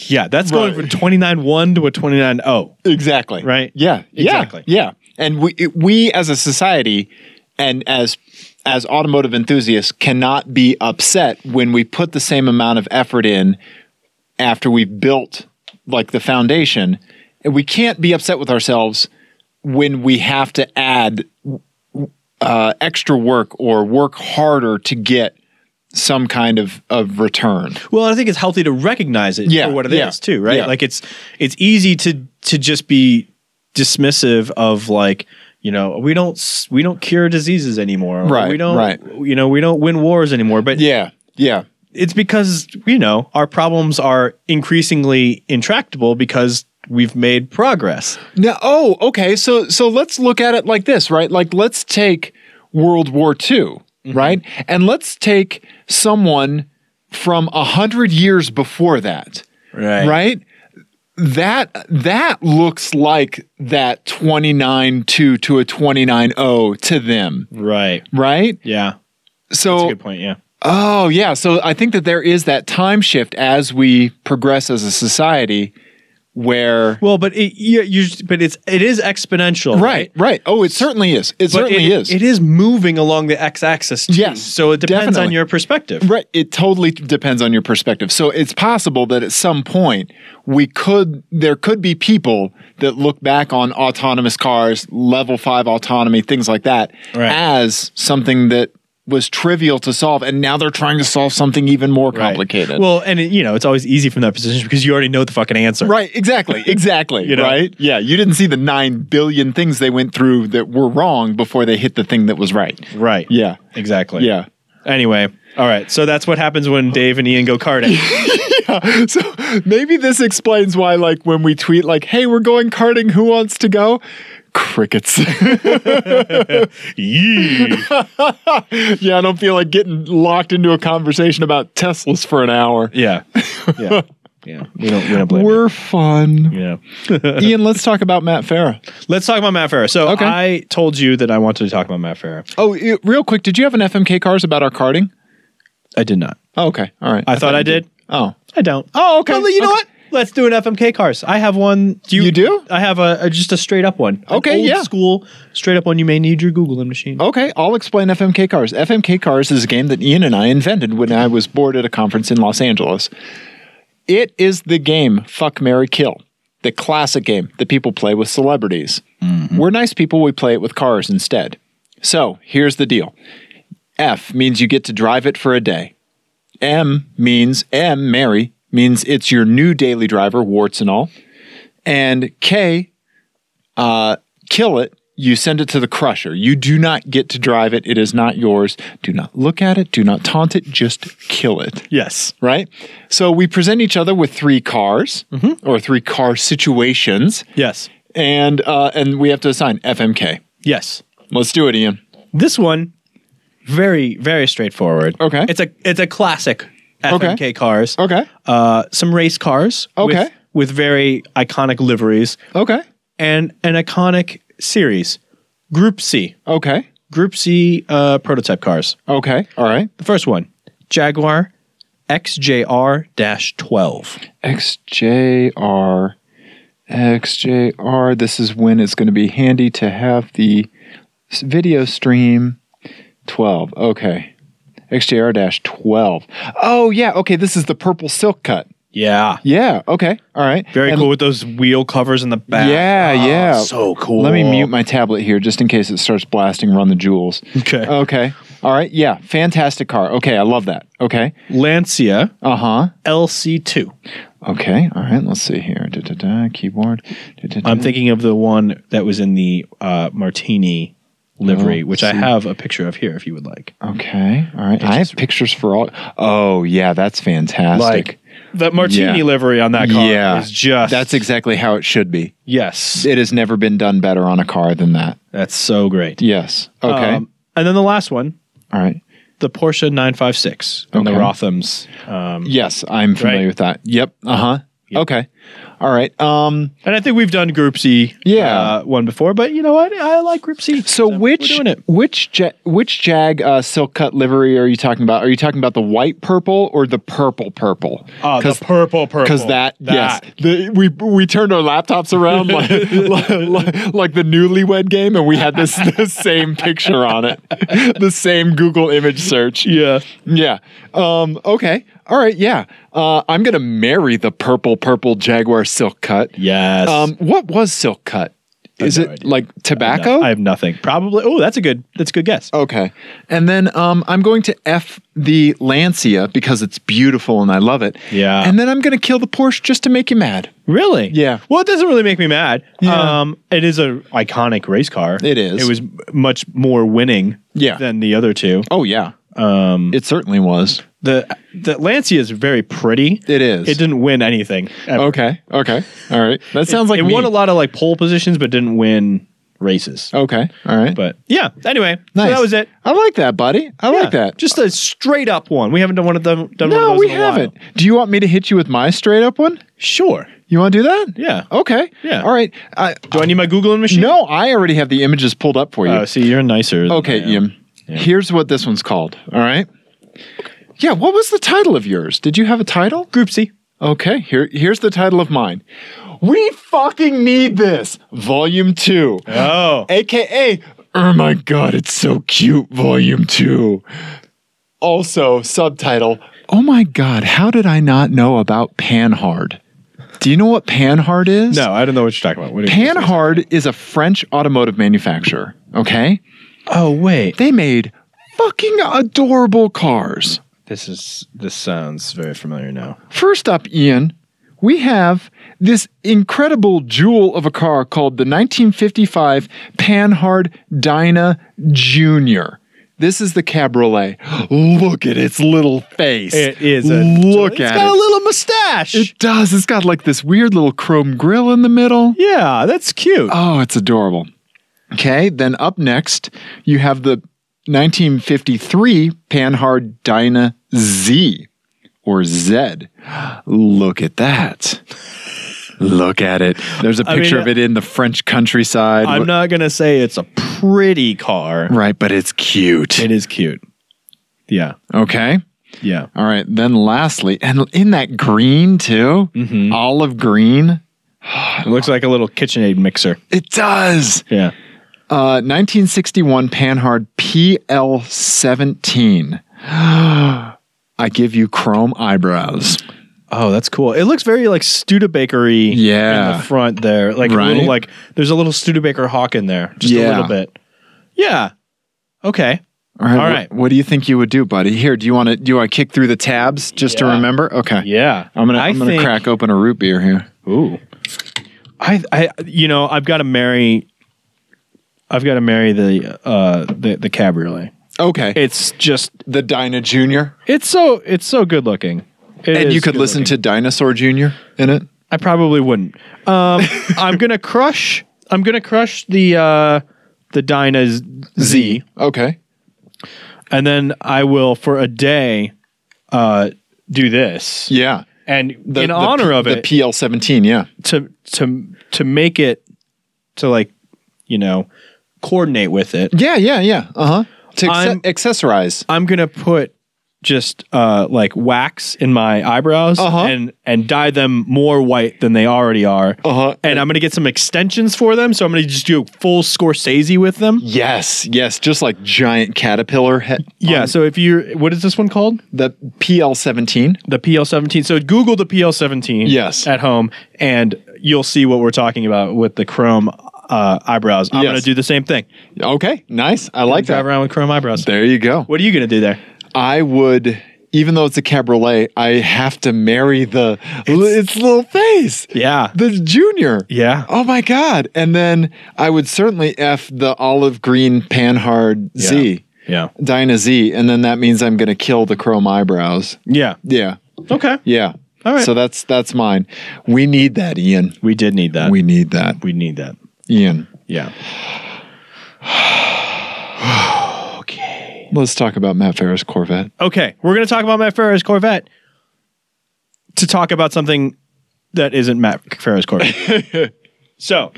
Yeah, that's going Right. from 29-1 to a oh. 29-0. Exactly. Right? Yeah. Exactly. Yeah. Yeah. And we it- we as a society and as as automotive enthusiasts cannot be upset when we put the same amount of effort in after we've built like the foundation and we can't be upset with ourselves when we have to add uh, extra work or work harder to get some kind of, of return. Well, I think it's healthy to recognize it Yeah, for what it is yeah, too, right? yeah. Like it's it's easy to to just be dismissive of like you know we don't s- we don't cure diseases anymore, or Right, We don't right. you know we don't win wars anymore, but Yeah. Yeah. it's because you know our problems are increasingly intractable because we've made progress. Now, oh, okay. So, so let's look at it like this, right? Like, let's take World War II, Mm-hmm. right? And let's take someone from a hundred years before that, Right. right? That that looks like that twenty nine two to a twenty nine zero to them, Right. right? Yeah. So That's a good point. Yeah. Oh, yeah. So I think that there is that time shift as we progress as a society where. Well, but it you, you but it's it is exponential. right, right. Oh, it certainly is. It But certainly it, is. It is moving along the x-axis. Too, Yes, so it depends on definitely. your perspective. Right. It totally depends on your perspective. So it's possible that at some point we could, there could be people that look back on autonomous cars, level five autonomy, things like that, Right. as something that was trivial to solve. And now they're trying to solve something even more Right. complicated. Well, and it, you know, it's always easy from that position because you already know the fucking answer. Right, (laughs) exactly, exactly. You know? Right? Yeah, you didn't see the nine billion things they went through that were wrong before they hit the thing that was right. Right. Yeah, Exactly. yeah. Anyway, all right. So that's what happens when Dave and Ian go karting. (laughs) So maybe this explains why, like, when we tweet, like, "Hey, we're going karting. Who wants to go?" Crickets. (laughs) Yee. yeah, I don't feel like getting locked into a conversation about Teslas for an hour. yeah. Yeah. Yeah. (laughs) We don't. We don't blame. We're (laughs) fun. you. yeah. Ian, let's talk about Matt Farah. Let's talk about Matt Farah. So Okay. I told you that I wanted to talk about Matt Farah. Oh, i- real quick, did you have an FMK cars about our karting? I did not. Oh, okay, all right. I, thought, I did. Oh, I don't. Oh, okay. Well, you know Okay. what? Let's do an FMK cars. I have one. Do You do? I have a, a- just a straight up one. An Okay, old yeah. School straight up one. You may need your Googling machine. Okay, I'll explain FMK Cars. FMK Cars is a game that Ian and I invented when I was bored at a conference in Los Angeles. It is the game Fuck Mary Kill, the classic game that people play with celebrities. We're nice people, we play it with cars instead. So here's the deal F means you get to drive it for a day. M means M, Mary, means it's your new daily driver, warts and all. And K, uh, kill it. You send it to the crusher. You do not get to drive it. It is not yours. Do not look at it. Do not taunt it. Just kill it Yes. right? So we present each other with three cars or three car situations, Yes. and uh, and we have to assign FMK. Yes. Let's do it, Ian. This one, very very straightforward. Okay. It's a it's a classic FMK Okay. cars. Okay. Uh, some race cars. Okay. With, with very iconic liveries Okay. and an iconic series, Group C. Okay. Group C uh, prototype cars. Okay. All right. The first one, Jaguar XJR 12. XJR. XJR. This is when it's going to be handy to have the s- video stream 12. Okay. XJR 12. Oh, yeah. Okay. This is the purple silk cut. Yeah. Yeah. Okay. All right. Very And- cool with those wheel covers in the back. Yeah, Oh, yeah. So cool. Let me mute my tablet here just in case it starts blasting Run the Jewels. Okay. Okay. All right. Yeah. Fantastic car. Okay. I love that. Okay. Lancia Uh huh. LC2. Okay. All right. Let's see here. Da, da, da, keyboard. Da, da, da. I'm thinking of the one that was in the uh, Martini livery, which I have a picture of here if you would like. okay. All right. I have pictures for all. Oh, yeah. That's fantastic. the Martini Yeah. livery on that car yeah. is just. That's exactly how it should be. Yes. It has never been done better on a car than that. That's so great. Yes. Okay. Um, and then the last one, all right. the Porsche 956 and the Okay. Rothams. Um, Yes. I'm familiar Right. with that. Yep. Uh huh. Okay. All right. Um, And I think we've done Group C, Yeah. uh, one before. But you know what? I like Group C. So which we're doing it? which ja- which Jag uh, silk cut livery are you talking about? Are you talking about the white purple or the purple purple? Uh, the purple, purple. because that, yes, the, we we turned our laptops around (laughs) like, like like the newlywed game, and we had this (laughs) the same picture on it, the same Google image search. yeah. Yeah. Um, okay. All right. Yeah. Uh, I'm gonna marry the purple purple Jaguar silk cut. Yes. Um, what was silk cut? Is no it idea. like tobacco? I have nothing. Probably. Oh, that's a good. That's a good guess. Okay. And then um, I'm going to F the Lancia because it's beautiful and I love it. Yeah. And then I'm going to kill the Porsche just to make you mad. Really? Yeah. Well, it doesn't really make me mad. Yeah. Um, it is a iconic race car. It is. It was much more winning. Yeah. Than the other two. Oh, yeah. Um, it certainly was. The the Lancia is very pretty. It is. It didn't win anything. ever. Okay. Okay. All right. That sounds like it me. won a lot of like pole positions, but didn't win races. Okay. All right. But yeah. Anyway, nice. so that was it. I like that, buddy. I Yeah, like that. Just a straight up one. We haven't done one of them. Done one of no, those we in a while. haven't. Do you want me to hit you with my straight up one? Sure. You want to do that? Yeah. Okay. Yeah. All right. I, Do I need my googling machine? no, I already have the images pulled up for you. Oh, see, you're nicer. than Okay, I am. Ian. Here's what this one's called. All right. Yeah. What was the title of yours? Did you have a title? Group C. Okay. Here, here's the title of mine. We fucking need this. Volume two, Oh. aka. Oh my god, it's so cute. Volume two. Also, subtitle. Oh my god, how did I not know about Panhard? Do you know what Panhard is? No, I don't know what you're talking about. What do you- Panhard is a French automotive manufacturer. Okay. Oh wait. They made fucking adorable cars. This is this sounds very familiar now. First up, Ian, we have this incredible jewel of a car called the 1955 Panhard Dyna Jr. This is the Cabriolet. (gasps) Look at its little face. It is a Look It's at got it. a little mustache. it does. It's got like this weird little chrome grill in the middle. yeah, that's cute. Oh, it's adorable. Okay, then up next, you have the 1953 Panhard Dyna Z or Z. Look at that. Look at it. There's a mean, uh, picture of it in the French countryside. I'm not gonna say it's a pretty car. right, but it's cute. It is cute. Yeah. Okay. Yeah. All right. Then lastly, and in that green too, olive green. It Mm-hmm. looks like a little KitchenAid mixer. It does. Yeah. Uh, 1961 Panhard PL17. (gasps) I give you chrome eyebrows. Oh, that's cool. It looks very like Studebakery Yeah. in the front there. Like a Right? little like there's a little Studebaker hawk in there. Just Yeah. a little bit. Yeah. Okay. All right. All wh- right. What, do you think you would do, buddy? Here, do you want to do you want to kick through the tabs just to Yeah. remember? Okay. Yeah. I'm gonna I I'm gonna think- crack open a root beer here. Ooh. I I you know, I've got to marry I've got to marry the uh the, the cabriolet. Okay. It's just the Dinah Jr. it's so it's so good looking. It And is you could good listen looking. to Dinosaur Jr. in it. I probably wouldn't. (laughs) Um, I'm gonna crush. I'm gonna crush the uh, the Dyna Z, Okay. and then I will for a day uh, do this. Yeah. And The- in the honor P- of the it, PL seventeen. Yeah. to to to make it to like you know coordinate with it. Yeah. Yeah. Yeah. Uh huh. To I'm- acce- accessorize. I'm gonna put just uh like wax in my eyebrows Uh-huh. and and dye them more white than they already are. Uh-huh. And I'm gonna get some extensions for them, so I'm gonna just do a full Scorsese with them. Yes. Yes. Just like giant caterpillar. Head. Yeah. So if you what is this one called? The PL seventeen. The PL17. So Google the PL17. Yes. At home, and you'll see what we're talking about with the chrome uh, eyebrows. I'm Yes. gonna do the same thing. Okay. Nice. I like Drive that. around with chrome eyebrows. There you go. What are you gonna do there? I would, even though it's a cabriolet, I have to marry the it's, little face. Yeah. The junior. Yeah. Oh my God. And then I would certainly F the olive green panhard Z, Yeah. Dinah Z. And then that means I'm going to kill the chrome eyebrows. Yeah. Yeah. Okay. Yeah. All right. So that's that's mine. We need that, Ian. We did need that. We need that, we need that. Ian. Yeah. (sighs) Let's talk about Matt Ferris Corvette. Okay, we're going to talk about Matt Farah's Corvette to talk about something that isn't Matt Farah's Corvette. so,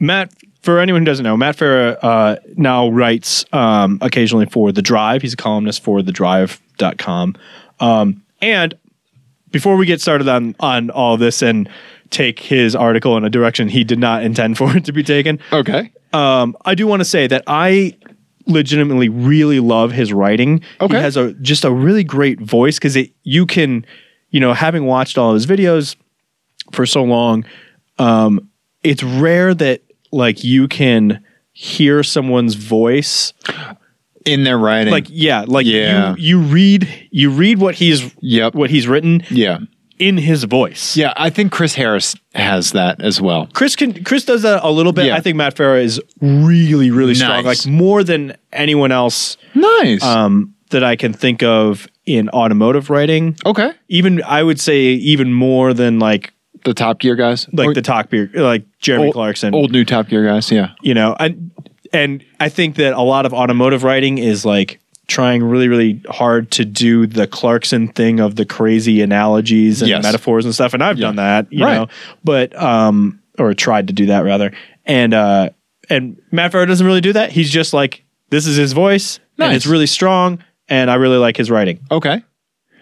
Matt, for anyone who doesn't know, Matt Farah uh, now writes um, occasionally for The Drive. He's a columnist for TheDrive.com. Um, and before we get started on, on all of this and take his article in a direction he did not intend for it to be taken, Okay. um, I do want to say that I legitimately really love his writing. Okay. He has a just a really great voice because it you can, you know, having watched all of his videos for so long, um, it's rare that like you can hear someone's voice. In their writing. Like yeah, like Yeah. you you read you read what he's Yep. what he's written yeah. in his voice. Yeah. I think Chris Harris has that as well. Chris can Chris does that a little bit. Yeah. I think Matt Farah is really really strong, Nice. like more than anyone else Nice. um, that I can think of in automotive writing. okay. Even I would say even more than like the Top Gear guys, like Or the Top Beer, like Jeremy old- Clarkson. old new Top Gear guys. Yeah, You know, and and I think that a lot of automotive writing is like trying really really hard to do the Clarkson thing of the crazy analogies and Yes. metaphors and stuff. And I've done that, you Right. know, but um or tried to do that rather. And uh and Matt Farah doesn't really do that. He's just like this is his voice and Nice. it's really strong. And I really like his writing. okay.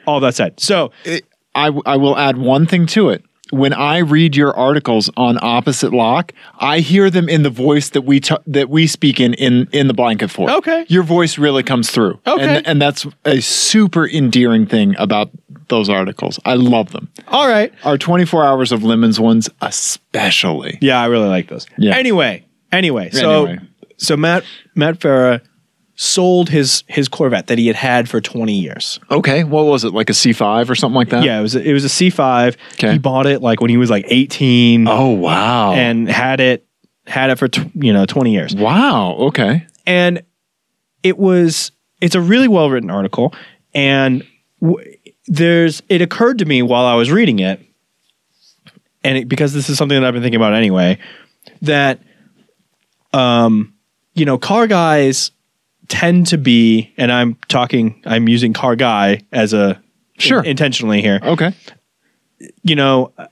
all that said. So I I will add one thing to it. When I read your articles on Opposite Lock, I hear them in the voice that we ta- that we speak in in in the blanket for. Okay. your voice really comes through. Okay. and, and that's a super endearing thing about those articles. I love them. all right. Our twenty four hours of lemons ones, especially. Yeah, I really like those. Yeah. Anyway, anyway, so Anyway. so Matt Matt Farah sold his his Corvette that he had had for 20 years. Okay, what was it like a C five or something like that? Yeah, it was a, it was a C5. 'Kay. He bought it like when he was like 18 Oh wow. and had it had it for tw- you know 20 years. wow. Okay. and it was it's a really well written article and w- there's it occurred to me while i was reading it and it, because this is something that i've been thinking about anyway that um you know car guys tend to be and i'm talking i'm using car guy as a Sure. intentionally here Okay. you know uh,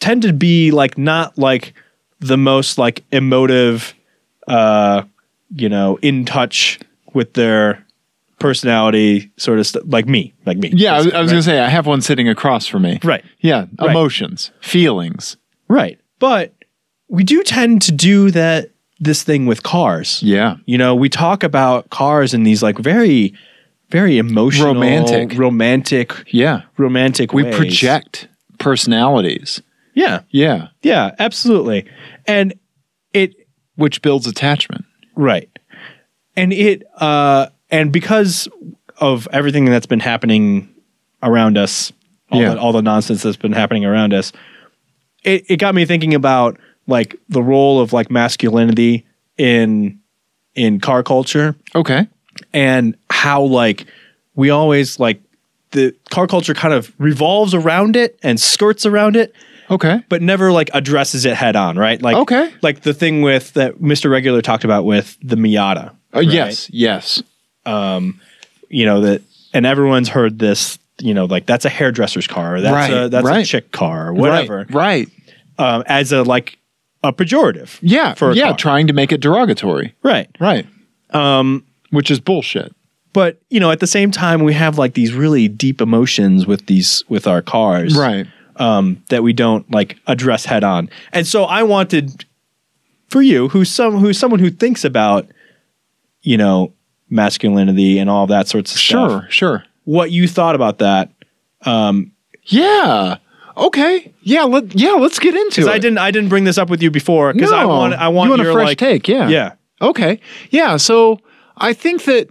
tend to be like not like the most like emotive uh you know in touch with their personality sort of st- like me like me Yeah, I was, I was right? gonna say I have one sitting across from me. Right. Yeah. Right. Emotions, feelings. right but we do tend to do that this thing with cars Yeah. you know we talk about cars in these like very very emotional Romantic. romantic Yeah. romantic We ways. project personalities. yeah Yeah. yeah absolutely and it Which builds attachment. Right. And it uh and because of everything that's been happening around us, all, Yeah. the, all the nonsense that's been happening around us, it, it got me thinking about like the role of like masculinity in in car culture Okay. and how like we always like the car culture kind of revolves around it and skirts around it Okay. but never like addresses it head on right like Okay. like the thing with that mr regular talked about with the miata Uh, Yes. Yes. you know that and everyone's heard this you know like that's a hairdresser's car or that's a Right, that's a right. chick car or whatever Right. right. um, as a like a pejorative Yeah. for a yeah. car. Trying to make it derogatory. right Right. Um, which is bullshit. but you know at the same time we have like these really deep emotions with these with our cars Right. um, that we don't like address head on. And so I wanted for you, who's some who's someone who thinks about, you know, masculinity and all that sorts of Sure. stuff, Sure. what you thought about that. Yeah. Okay. Yeah. Let yeah. Let's get into it. Because I didn't I didn't bring this up with you before because I No. want I want, you want your, a fresh like, take. Yeah. Yeah. Okay. Yeah. So I think that,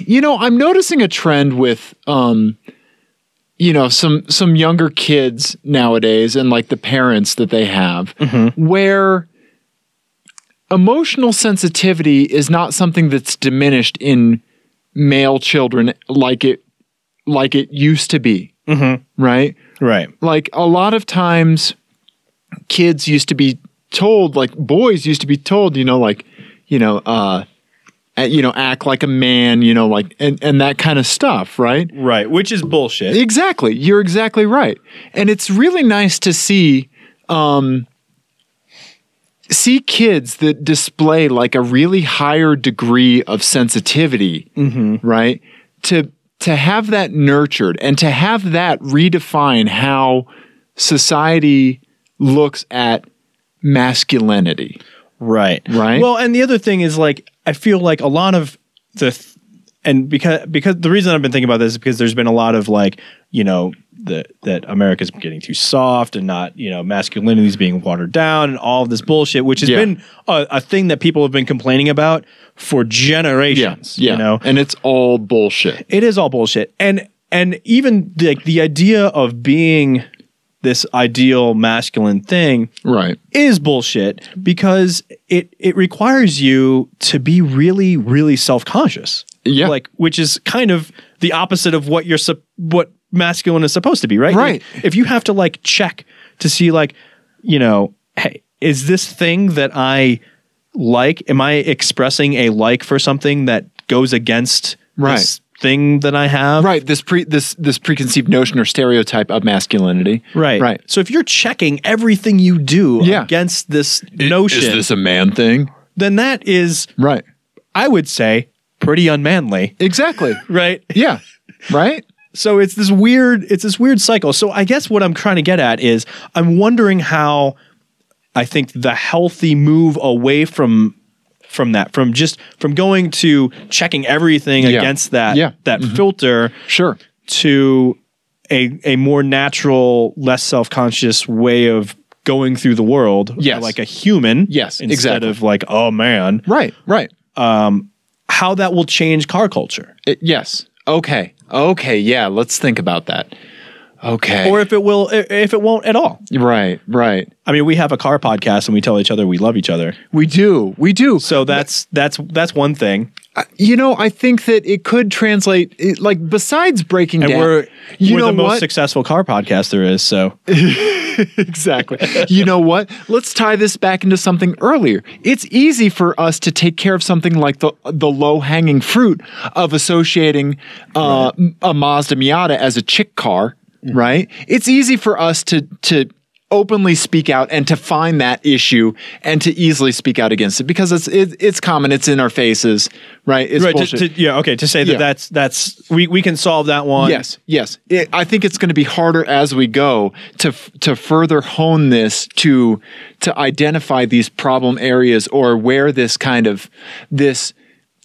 you know, I'm noticing a trend with, um, you know, some some younger kids nowadays, and like the parents that they have, Mm-hmm. where emotional sensitivity is not something that's diminished in male children like it like it used to be. Mm-hmm. Right Right. like a lot of times kids used to be told like boys used to be told you know like you know uh uh, you know act like a man you know like and and that kind of stuff right Right. Which is bullshit. exactly you're exactly right and it's really nice to see um see kids that display like a really higher degree of sensitivity Mm-hmm. right to to have that nurtured and to have that redefine how society looks at masculinity Right. Right? Well, and the other thing is like I feel like a lot of the th- and because because the reason I've been thinking about this is because there's been a lot of like, you know, the, that America's getting too soft and not, you know, masculinity is being watered down and all of this bullshit, which has Yeah. been a, a thing that people have been complaining about for generations. yeah You know, and it's all bullshit it is all bullshit and and even like the idea of being this ideal masculine thing right is bullshit because it it requires you to be really really self-conscious. Yeah. Like which is kind of the opposite of what you're sup- what masculine is supposed to be, right? Right. Like, if you have to like check to see like, you know, hey, is this thing that I like am I expressing a like for something that goes against Right. this thing that I have? right this pre this this preconceived notion or stereotype of masculinity Right. right So if you're checking everything you do Yeah. against this notion, a man thing then that is Oh, right I would say pretty unmanly, exactly (laughs) right? yeah right So it's this weird it's this weird cycle. So I guess what I'm trying to get at is I'm wondering how I think the healthy move away from from that from just from going to checking everything Yeah. against that Yeah. Mm-hmm. that filter sure to a a more natural, less self-conscious way of going through the world Yes. like a human Yes, instead exactly. of like oh man right right how that will change car culture It- yes okay okay yeah let's think about that okay or if it will i- if it won't at all right right i mean we have a car podcast and we tell each other we love each other we do we do so that's that's that's one thing you know, I think that it could translate. It, like besides breaking and down, we're you we're know the most what? successful car podcast there is so (laughs) exactly. you know what? Let's tie this back into something earlier. It's easy for us to take care of something like the the low hanging fruit of associating uh, a Mazda Miata as a chick car, Mm. right? It's easy for us to to openly speak out and to find that issue and to easily speak out against it because it's it, it's common. It's in our faces, right? It's right to, bullshit. to- yeah okay to say that Yeah. that's that's we we can solve that one Yes, yes. It, I think it's going to be harder as we go to f- to further hone this to to identify these problem areas or where this kind of this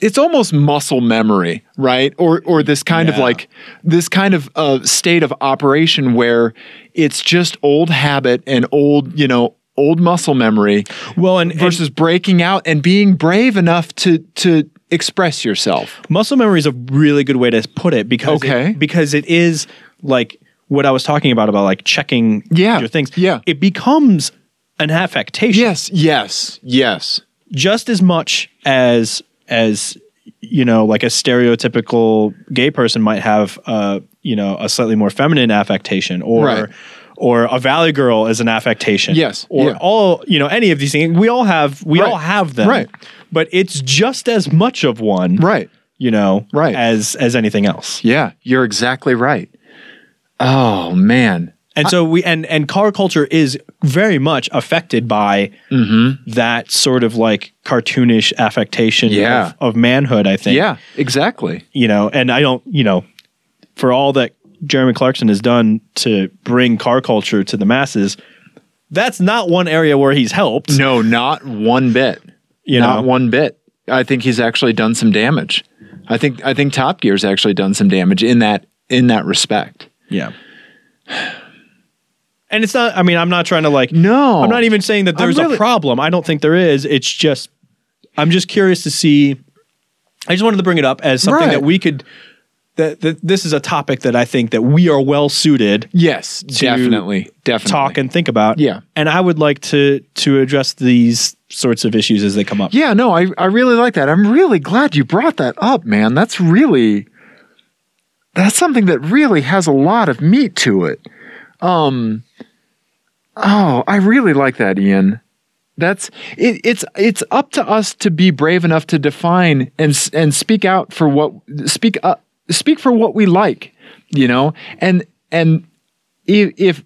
it's almost muscle memory, right? Or or this kind of Yeah. like this kind of uh, state of operation where it's just old habit and old, you know, old muscle memory well and, and versus breaking out and being brave enough to to express yourself. muscle memory is a really good way to put it because it- Okay. because it is like what I was talking about about like checking Yeah, your things yeah. it becomes an affectation Yes, yes, yes. just as much as as you know, like a stereotypical gay person might have, uh, you know, a slightly more feminine affectation, or Right. or a valley girl is an affectation, Yes, or yeah. all you know, any of these things. We all have, we Right. all have them, Right. But it's just as much of one, Right. You know, Right. as as anything else. Yeah, you're exactly right. Oh man. And so we and and car culture is very much affected by Mm-hmm. that sort of like cartoonish affectation Yeah. of, of manhood. I think. Yeah, exactly. You know, and I don't. You know, for all that Jeremy Clarkson has done to bring car culture to the masses, that's not one area where he's helped. No, not one bit. You not know? one bit. I think he's actually done some damage. I think I think Top Gear's actually done some damage in that in that respect. Yeah. And it's not. I mean, I'm not trying to like. No. I'm not even saying that I'm there's really- a problem. I don't think there is. It's just I'm just curious to see. I just wanted to bring it up as something Right. that we could. That, that this is a topic that I think that we are well suited Yes, definitely. Definitely. talk and think about. Yeah. and I would like to to address these sorts of issues as they come up. Yeah, no, I, I really like that. I'm really glad you brought that up, man. That's really that's something that really has a lot of meat to it. Um Oh, I really like that, Ian. That's it, it's it's up to us to be brave enough to define and s- and speak out for what speak up speak for what we like, you know? And and if if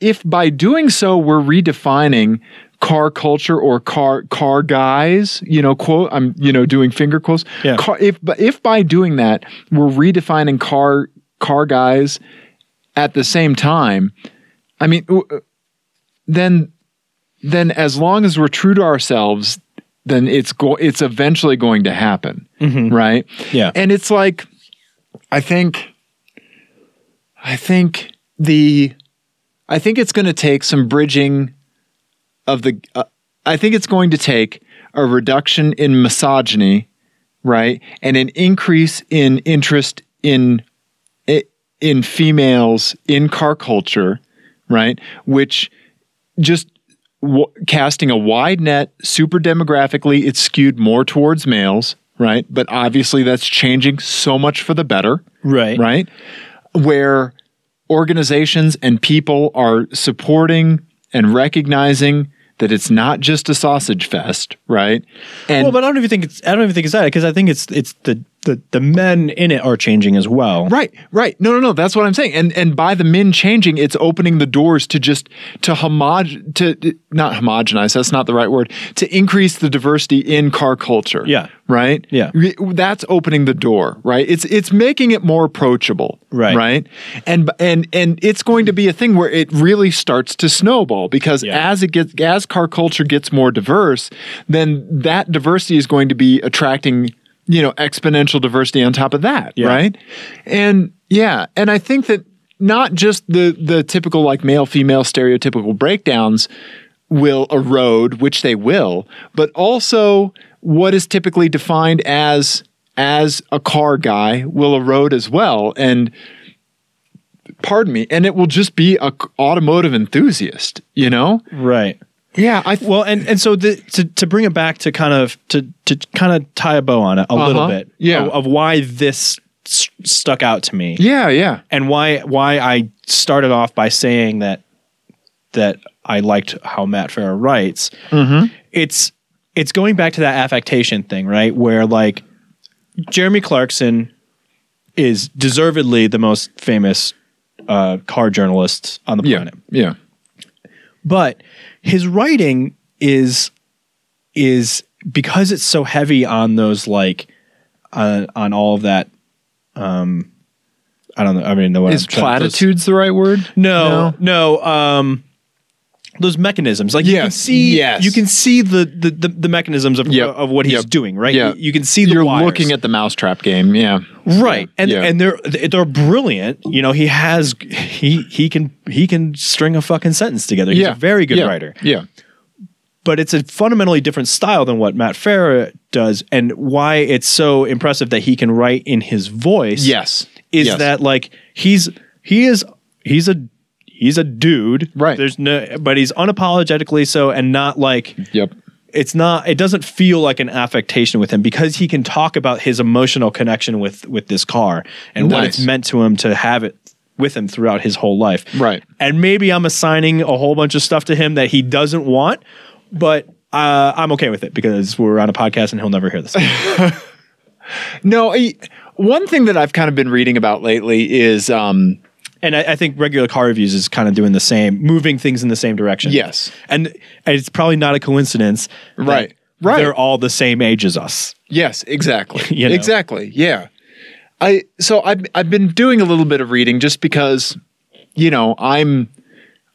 if by doing so we're redefining car culture or car car guys, you know, quote I'm you know doing finger quotes. Yeah. Car, if but if by doing that we're redefining car car guys at the same time, I mean, w- uh, then then as long as we're true to ourselves, then it's go- it's eventually going to happen, Mm-hmm. right? Yeah. and it's like I think I think the I think it's going to take some bridging of the uh, I think it's going to take a reduction in misogyny, right? And an increase in interest in i- in females in car culture, right? Which just w- casting a wide net, super demographically, it's skewed more towards males, right? But obviously, that's changing so much for the better, Right. right? Where organizations and people are supporting and recognizing that it's not just a sausage fest, right? And Well, but I don't even think it's I don't even think it's that because I think it's it's the, the the men in it are changing as well. Right, right. No, no, no. That's what I'm saying. And and by the men changing, it's opening the doors to just to homog to not homogenize. That's not the right word. To increase the diversity in car culture. Yeah. Right. Yeah. Re- That's opening the door. Right. It's it's making it more approachable. Right. Right. And and and it's going to be a thing where it really starts to snowball because Yeah. as it gets as car culture gets more diverse, then that diversity is going to be attracting you know exponential diversity on top of that Yeah. right and yeah and i think that not just the the typical like male female stereotypical breakdowns will erode which they will but also what is typically defined as as a car guy will erode as well and pardon me and it will just be a c- automotive enthusiast you know Right. yeah i well and and so the, to to bring it back to kind of to to kind of tie a bow on it a little bit Uh-huh. Yeah. of, of why this s- stuck out to me yeah yeah and why why I started off by saying that that I liked how Matt Farah writes. Mm-hmm. It's it's going back to that affectation thing, right? Where like Jeremy Clarkson is deservedly the most famous uh, car journalist on the yeah planet yeah but his writing is is because it's so heavy on those like uh, on all of that um i don't know i mean know what is I'm trying- those- platitudes the right word no, no um those mechanisms like you can Yes, see yes. you can see the the the, the mechanisms of Yep, of what he's yep, doing right yeah. you, you can see the you're wires. looking at the mousetrap game yeah right and yeah. and they're they're brilliant you know he has he he can he can string a fucking sentence together he's yeah a very good yeah, writer yeah but it's a fundamentally different style than what Matt Farah does, and why it's so impressive that he can write in his voice. yes is Yes. that like he's he is he's a he's a dude, Right. There's no, but he's unapologetically so, and not like yep it's not it doesn't feel like an affectation with him because he can talk about his emotional connection with with this car and what it's Nice. meant to him to have it with him throughout his whole life. Right. And maybe I'm assigning a whole bunch of stuff to him that he doesn't want, but uh, I'm okay with it because we're on a podcast and he'll never hear this. No, I, one thing that I've kind of been reading about lately is um, and I, I think regular car reviews is kind of doing the same, moving things in the same direction. Yes. and it's probably not a coincidence. that Right. Right. They're all the same age as us. yes, exactly, (laughs) You know. exactly, yeah. I so I've I've been doing a little bit of reading just because you know I'm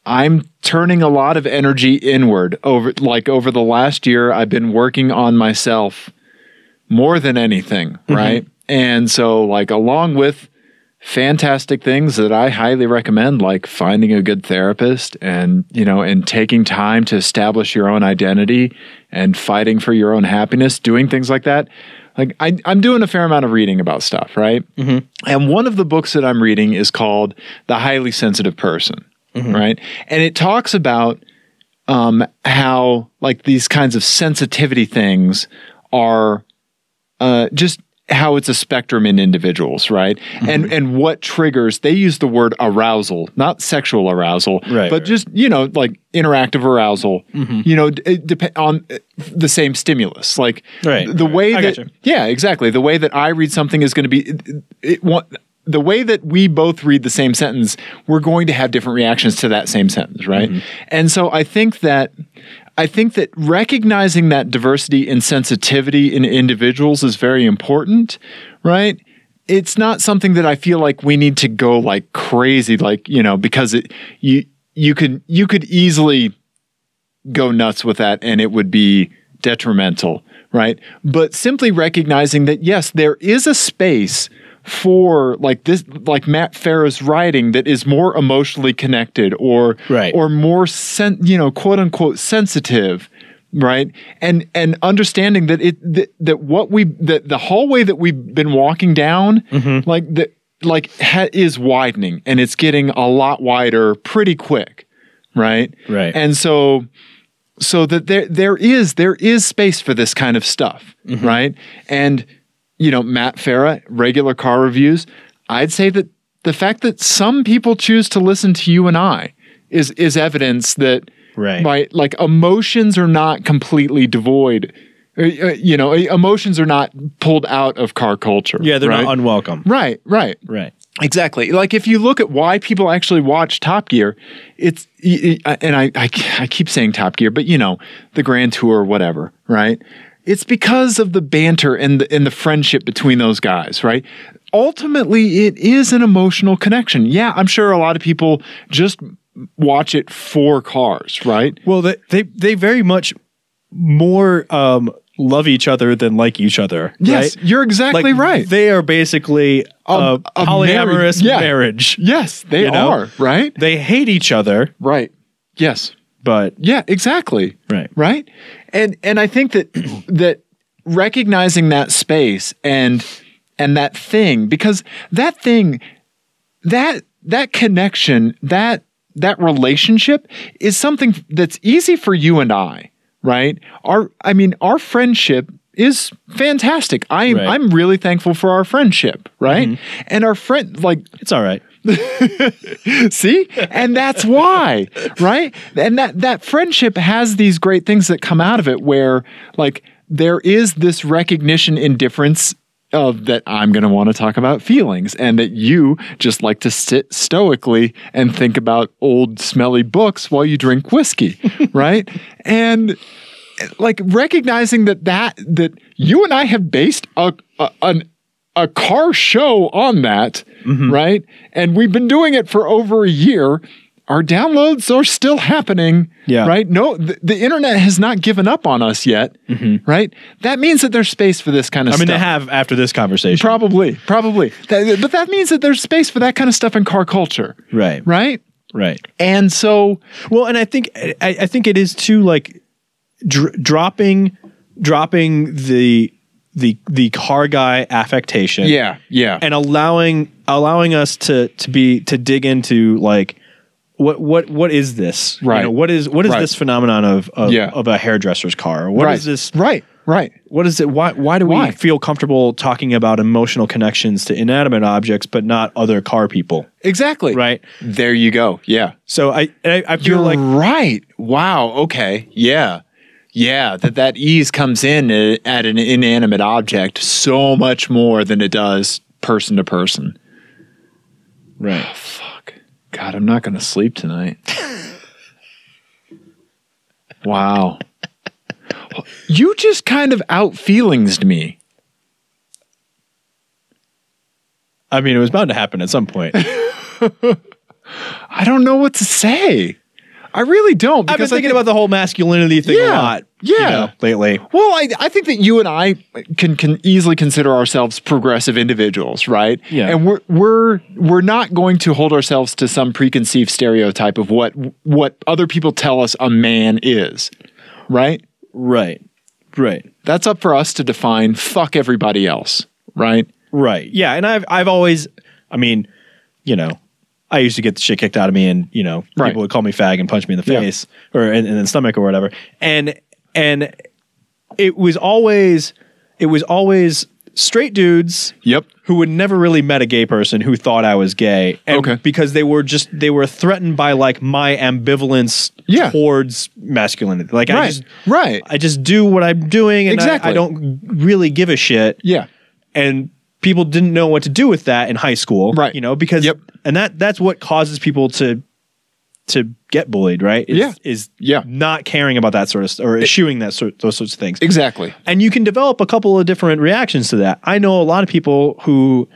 I'm turning a lot of energy inward over like over the last year I've been working on myself more than anything, Mm-hmm. right? And so like along with fantastic things that I highly recommend like finding a good therapist and you know and taking time to establish your own identity and fighting for your own happiness, doing things like that. Like I, I'm doing a fair amount of reading about stuff, right? Mm-hmm. And one of the books that I'm reading is called The Highly Sensitive Person, Mm-hmm. right? And it talks about um, how like these kinds of sensitivity things are uh, just how it's a spectrum in individuals, right? Mm-hmm. And and what triggers? They use the word arousal, not sexual arousal, Right, but right. Mm-hmm. just you know like interactive arousal. You know, d- it dep- on uh, the same stimulus, like Right, the right. way I that gotcha. yeah, exactly. The way that I read something is going to be it, it, wa- the way that we both read the same sentence, we're going to have different reactions to that same sentence, right? Mm-hmm. And so I think that I think that recognizing that diversity and sensitivity in individuals is very important, right? It's not something that I feel like we need to go like crazy like, you know, because it you you can you could easily go nuts with that and it would be detrimental, right? But simply recognizing that yes, there is a space for like this like Matt Farah's writing that is more emotionally connected or Right. or more sen- you know quote unquote sensitive right and and understanding that it that, that what we that the hallway that we've been walking down like that like ha- is widening and it's getting a lot wider pretty quick right Right. and so so that there there is there is space for this kind of stuff, Mm-hmm. right? And you know, Matt Farah, regular car reviews, I'd say that the fact that some people choose to listen to you and I is is evidence that Right. my like emotions are not completely devoid. uh, uh, You know, emotions are not pulled out of car culture. Yeah, they're right? not unwelcome. right, right. Right. Exactly. Like if you look at why people actually watch Top Gear, it's y- y- and I, I I keep saying Top Gear, but you know the Grand Tour, whatever, right? It's because of the banter and the and the friendship between those guys, right? Ultimately, it is an emotional connection. Yeah, I'm sure a lot of people just watch it for cars, right? Well, they they, they very much more um, love each other than like each other. Yes, right? you're exactly Like, right. They are basically Um, a, a polyamorous marriage- yeah. marriage. yes, they You know? are, right? They hate each other, Right. Yes. but Yeah, exactly. Right. Right? And and I think that (clears throat) that recognizing that space and and that thing because that thing that that connection, that that relationship is something that's easy for you and I, right? Our I mean our friendship is fantastic. I am Right. I'm really thankful for our friendship, right? And our friend like it's all right. See? And that's why, right? And that that friendship has these great things that come out of it where like there is this recognition in difference of that I'm going to want to talk about feelings and that you just like to sit stoically and think about old smelly books while you drink whiskey, (laughs) right? And like recognizing that that that you and I have based a, a an a car show on that, Mm-hmm. right? And we've been doing it for over a year. Our downloads are still happening, Yeah. right? No, the, the internet has not given up on us yet, right? That means that there's space for this kind of Mm-hmm. I mean, stuff. they have after this conversation. probably, probably. That- but that means that there's space for that kind of stuff in car culture, right. Right. right? Right. And so, Well, and I think I, I think it is too like dr- dropping dropping the the the car guy affectation. yeah, yeah. and allowing allowing us to to be to dig into like what what what is this? You Right. know, what is what is Right. this phenomenon of of, Yeah. of a hairdresser's car? What is right. this? Right. Right. What is it? Why why do Why? we feel comfortable talking about emotional connections to inanimate objects but not other car people? Exactly. Right. There you go. Yeah. So I I, I feel You're like right. Wow. Okay. Yeah. Yeah. That that ease comes in a- at an inanimate object so much more than it does person to person. right. Fuck. God, I'm not going to sleep tonight. (laughs) wow. You just kind of out feelings me. I mean, it was bound to happen at some point. I don't know what to say. I really don't. I've been I thinking think- about the whole masculinity thing a Yeah. lot. Yeah. lately. Well, I, I think that you and I can can easily consider ourselves progressive individuals, right? Yeah. And we're we're we're not going to hold ourselves to some preconceived stereotype of what what other people tell us a man is, right? Right. Right. That's up for us to define. Fuck everybody else, right? Right. Yeah. And I've I've always I mean, you know, I used to get the shit kicked out of me and, you know, Right. people would call me fag and punch me in the Yeah. face or in, in the stomach or whatever. And and it was always it was always straight dudes Yep. who would never really met a gay person who thought I was gay. And Okay. Because they were just they were threatened by like my ambivalence Yeah. towards masculinity. Like I Right. just right. I just do what I'm doing and I- Exactly. I don't really give a shit yeah. and people didn't know what to do with that in high school Right. you know because Yep. and that that's what causes people to to get bullied right is, Yeah. is Yeah. not caring about that sort of or eschewing that sort those sorts of things Exactly. and you can develop a couple of different reactions to that i know a lot of people who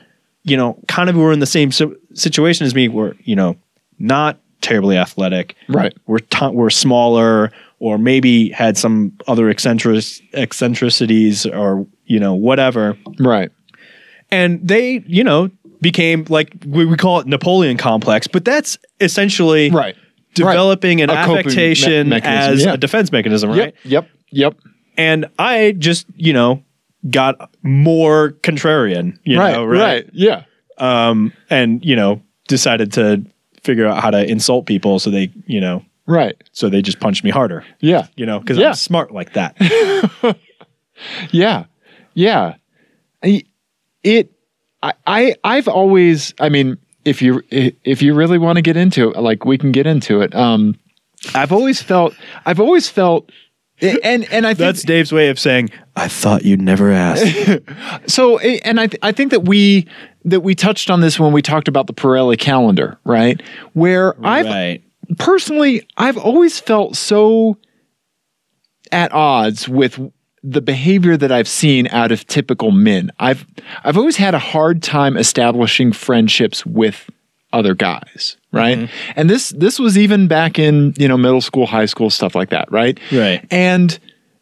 you know kind of were in the same si- situation as me were you know not terribly athletic Right. were ton were smaller or maybe had some other eccentric eccentricities or you know whatever Right. and they you know became like we, we call it napoleon complex but that's essentially Right. developing an A coping me- affectation mechanism, as yeah. a defense mechanism right Yep. Yep. Yep. and i just you know got more contrarian you right. know right. right? Yeah. um and you know decided to figure out how to insult people so they you know Right. so they just punched me harder Yeah. you know because Yeah. i'm smart like that Yeah. Yeah. I- It I, I I've always I mean if you if you really want to get into it like we can get into it. Um I've always felt I've always felt and and I think that's dave's way of saying i thought you'd never ask so eh, and I, th- I think that we that we touched on this when we talked about the Pirelli calendar, right? Where (laughs) I've right personally I've always felt so at odds with the behavior that I've seen out of typical men. I've I've always had a hard time establishing friendships with other guys, right? Mm-hmm. And this this was even back in, you know, middle school, high school, stuff like that, right? Right. And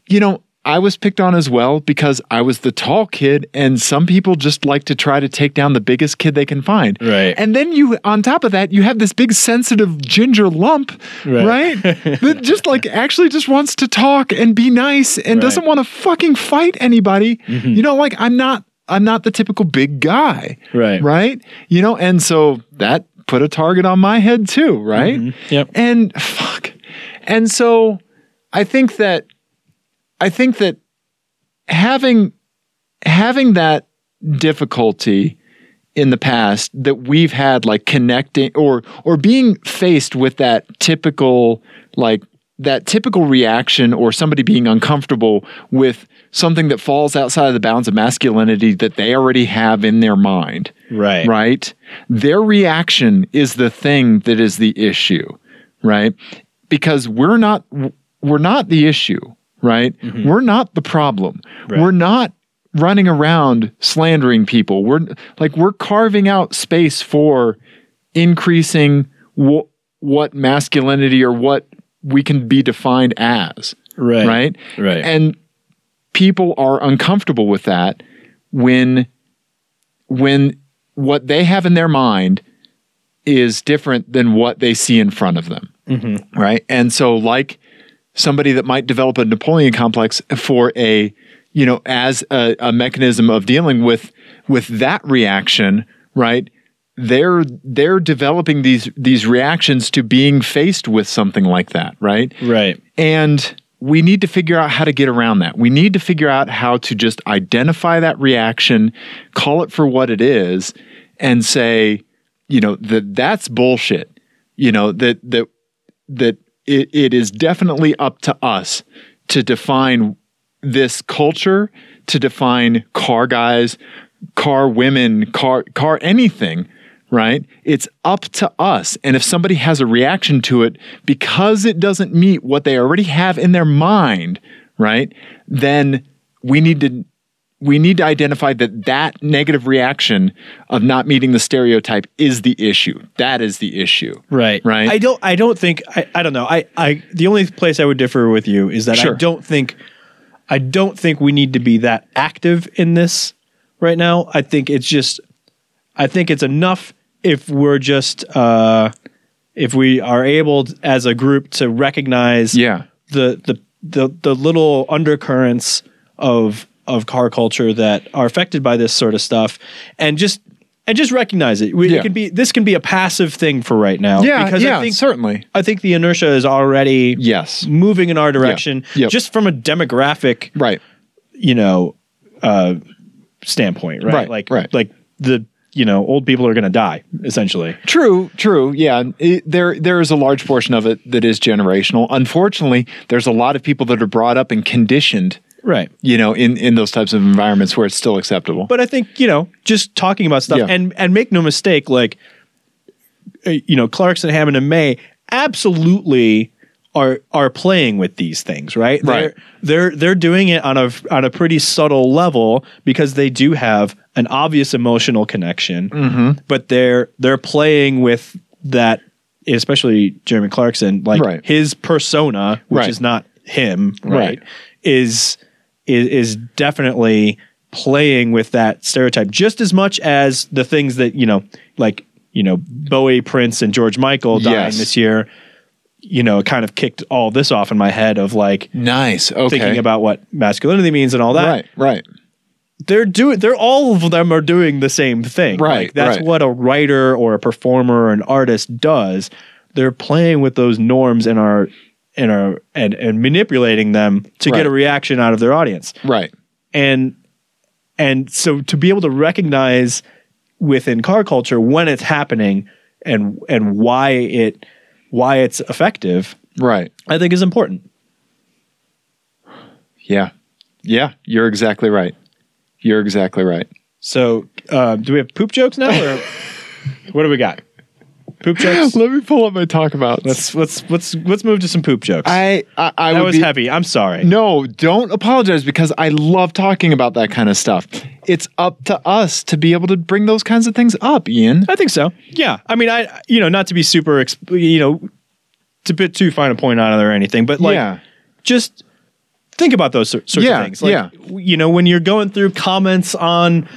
you know, I was picked on as well because I was the tall kid and some people just like to try to take down the biggest kid they can find. Right. And then you on top of that, you have this big sensitive ginger lump, Right. right? (laughs) that just like actually just wants to talk and be nice and Right. Mm-hmm. doesn't want to fucking fight anybody. You know, like I'm not I'm not the typical big guy. Right. Right? You know, and so that put a target on my head too, right? Yep. And fuck. And so I think that I think that having having that difficulty in the past that we've had like connecting or or being faced with that typical like that typical reaction or somebody being uncomfortable with something that falls outside of the bounds of masculinity that they already have in their mind right right? Their reaction is the thing that is the issue, right? Because we're not we're not the issue, right? We're not the problem. Mm-hmm. Right. We're not running around slandering people. We're like we're carving out space for increasing wh- what masculinity or what we can be defined as, right right? Right. And people are uncomfortable with that when when what they have in their mind is different than what they see in front of them. Mm-hmm, Right? And so like somebody that might develop a Napoleon complex for a you know as a, a mechanism of dealing with with that reaction, right? they're they're developing these these reactions to being faced with something like that, right? Right. And we need to figure out how to get around that. We need to figure out how to just identify that reaction, call it for what it is, and say, you know, that that's bullshit. You know, that that that it, it is definitely up to us to define this culture, to define car guys, car women, car car anything right? It's up to us. And if somebody has a reaction to it because it doesn't meet what they already have in their mind, right? Then we need to we need to identify that that negative reaction of not meeting the stereotype is the issue. That is the issue. Right. Right. I don't I don't think I, I don't know. I, I the only place I would differ with you is that Sure. I don't think I don't think we need to be that active in this right now. I think it's just I think it's enough if we're just uh if we are able t- as a group to recognize Yeah. the the the, the little undercurrents of of car culture that are affected by this sort of stuff and just and just recognize it. We, Yeah. It can be this can be a passive thing for right now. Yeah, because yeah, I think certainly. I think the inertia is already Yes. moving in our direction, Yeah. just from a demographic, Right. you know, uh, standpoint, right? Right, Like, right. like the you know, old people are going to die essentially. True, true. Yeah, It- there there is a large portion of it that is generational. Unfortunately, there's a lot of people that are brought up and conditioned, Right. you know, in in those types of environments where it's still acceptable. but I think you know, just talking about stuff Yeah. and and make no mistake, like uh, you know, Clarkson, Hammond, and May absolutely are are playing with these things, right? Right. They're they're they're doing it on a on a pretty subtle level because they do have an obvious emotional connection, Mm-hmm. but they're they're playing with that, especially Jeremy Clarkson, like Right. his persona, which Right. is not him, Right. right. is is is definitely playing with that stereotype just as much as the things that you know like you know Bowie Prince and George Michael dying Yes. this year you know it kind of kicked all this off in my head of like nice. Okay. thinking about what masculinity means and all that right, right. they're doing they're all of them are doing the same thing Right, Like, that's right. what a writer or a performer or an artist does they're playing with those norms and are and are and, and manipulating them to Right. get a reaction out of their audience Right. and and so to be able to recognize within car culture when it's happening and and why it why it's effective Right. i think is important Yeah. Yeah. You're exactly right. You're exactly right. so uh, do we have poop jokes now or what do we got poop jokes (laughs) Let me pull up my talk about. let's let's let's let's move to some poop jokes I I, I that would was be- heavy i'm sorry No, don't apologize because I love talking about that kind of stuff. It's up to us to be able to bring those kinds of things up, Ian. i think so yeah i mean i you know not to be super exp- you know to put too fine a point on it or anything but (laughs) like yeah. just think about those sor- sorts Yeah, of things. Like, yeah. w- You know, when you're going through comments on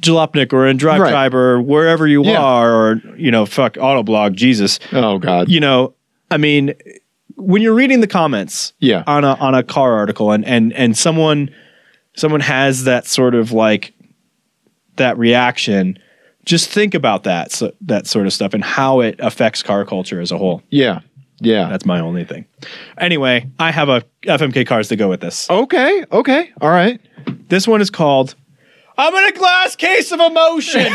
Jalopnik or in Drive Right. Tribe or wherever you Yeah. are, or, you know, fuck Autoblog, Jesus. Oh God. You know, I mean, when you're reading the comments Yeah. on a on a car article and and and someone someone has that sort of like that reaction, just think about that so, that sort of stuff and how it affects car culture as a whole. yeah. Yeah. That's my only thing. Anyway, I have a FMK cars to go with this. okay. Okay. All right. (laughs) This one is called I'm in a glass case of emotion.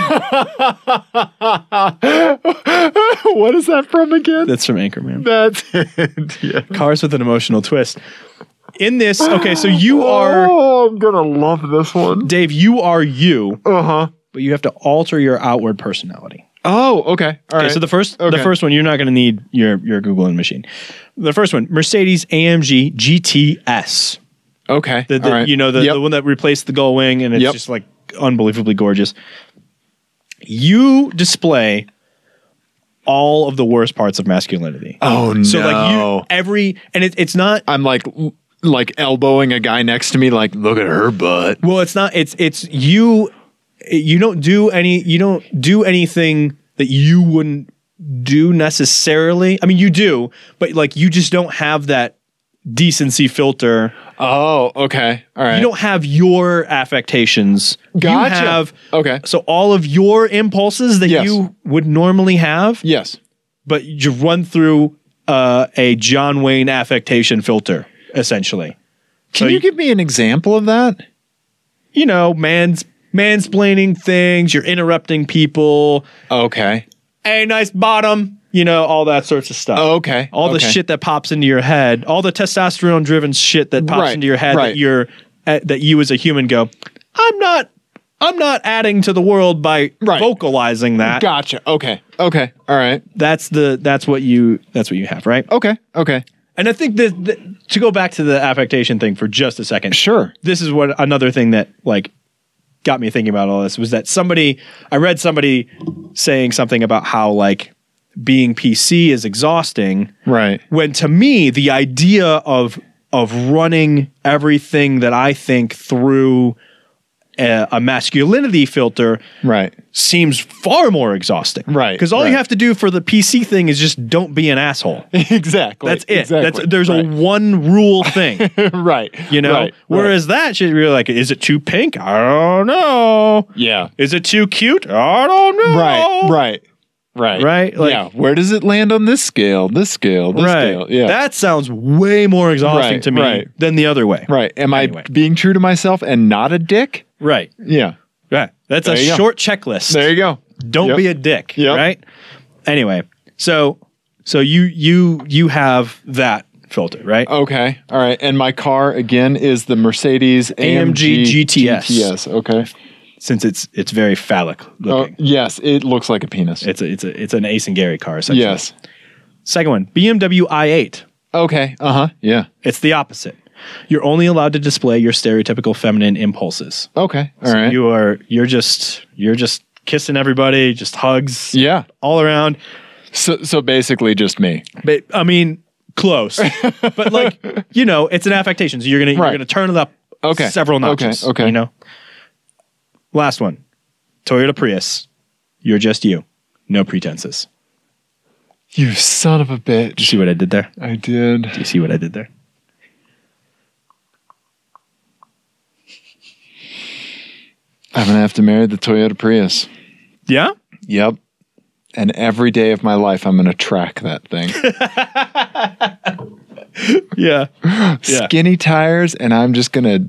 what is that from again? (laughs) That's from (laughs) Anchorman. That's it. Yeah. Cars with an emotional twist. In this, okay, so (gasps) you are Oh, I'm gonna love this one. Dave, you are you, Uh huh. but you have to alter your outward personality. Oh, okay. All Okay, right. so the first Okay. the first one, you're not going to need your your Googling machine. The first one, Mercedes AMG GTS. okay. The, the, All right. You know, the, Yep. the one that replaced the gull wing, and it's Yep. just like unbelievably gorgeous. You display all of the worst parts of masculinity. Oh no. so, like, you, every, and it, it's not, I'm like l- like elbowing a guy next to me, like, look at her butt. well, it's not, it's, it's you, you don't do any, you don't do anything that you wouldn't do necessarily. I mean, you do, but like, you just don't have that decency filter. Oh, okay. All right. You don't have your affectations. Gotcha. You have Okay. So all of your impulses that Yes. you would normally have, yes. but you run through uh, a John Wayne affectation filter, essentially. Can So you you- give me an example of that? You know, man's mansplaining things. You're interrupting people. Okay. Hey, nice bottom. You know, all that sorts of stuff. Oh, okay. all the Okay. shit that pops into your head, all the testosterone driven shit that pops Right, into your head right. that you're uh, that you as a human go, I'm not I'm not adding to the world by Right. vocalizing that. Gotcha. Okay. Okay. All right. That's the that's what you that's what you have, right? Okay. Okay. And I think that, that to go back to the affectation thing for just a second. Sure. This is what another thing that like got me thinking about all this was that somebody I read somebody saying something about how like being PC is exhausting Right. when to me the idea of of running everything that I think through a, a masculinity filter Right. (laughs) seems far more exhausting. Right, Because all right. you have to do for the PC thing is just don't be an asshole. exactly. That's it. Exactly. That's there's right. a one (laughs) rule thing. right. You know. Right. Right. Whereas that shit, you're like, is it too pink? I don't know. Yeah. Is it too cute? I don't know. Right. Right. Right. Right? Like- yeah. Where does it land on this scale? This scale. This Right. scale. Yeah. That sounds way more exhausting Right, to me right. than the other way. right. Am Anyway. I being true to myself and not a dick? Right. Yeah. Right. That's There a you go. short checklist. There you go. Don't Yep. be a dick. Yep. Right. Anyway, so so you you you have that filter, right? Okay. All right. And my car again is the Mercedes AMG AMG, GTS. GTS. Okay. Since it's it's very phallic Oh, looking. yes, it looks like a penis. It's a, it's a, it's an Ace and Gary car. Essentially. yes. Second one, BMW i8. Okay. Uh huh. Yeah. It's the opposite. You're only allowed to display your stereotypical feminine impulses. Okay. All right. You are you're just you're just kissing everybody, just hugs yeah. all around. So so basically just me. But I mean, (laughs) close. but like, you know, it's an affectation. So you're gonna Right. you're gonna turn it up Okay. several Okay, notches. okay. You know. Last one. Toyota Prius. You're just you. No pretenses. You son of a You bitch. see what I did there? I did. You see what I did there? I'm gonna have to marry the Toyota Prius. Yeah? Yep. And every day of my life, I'm gonna track that thing. Yeah. Yeah. Skinny tires, and I'm just gonna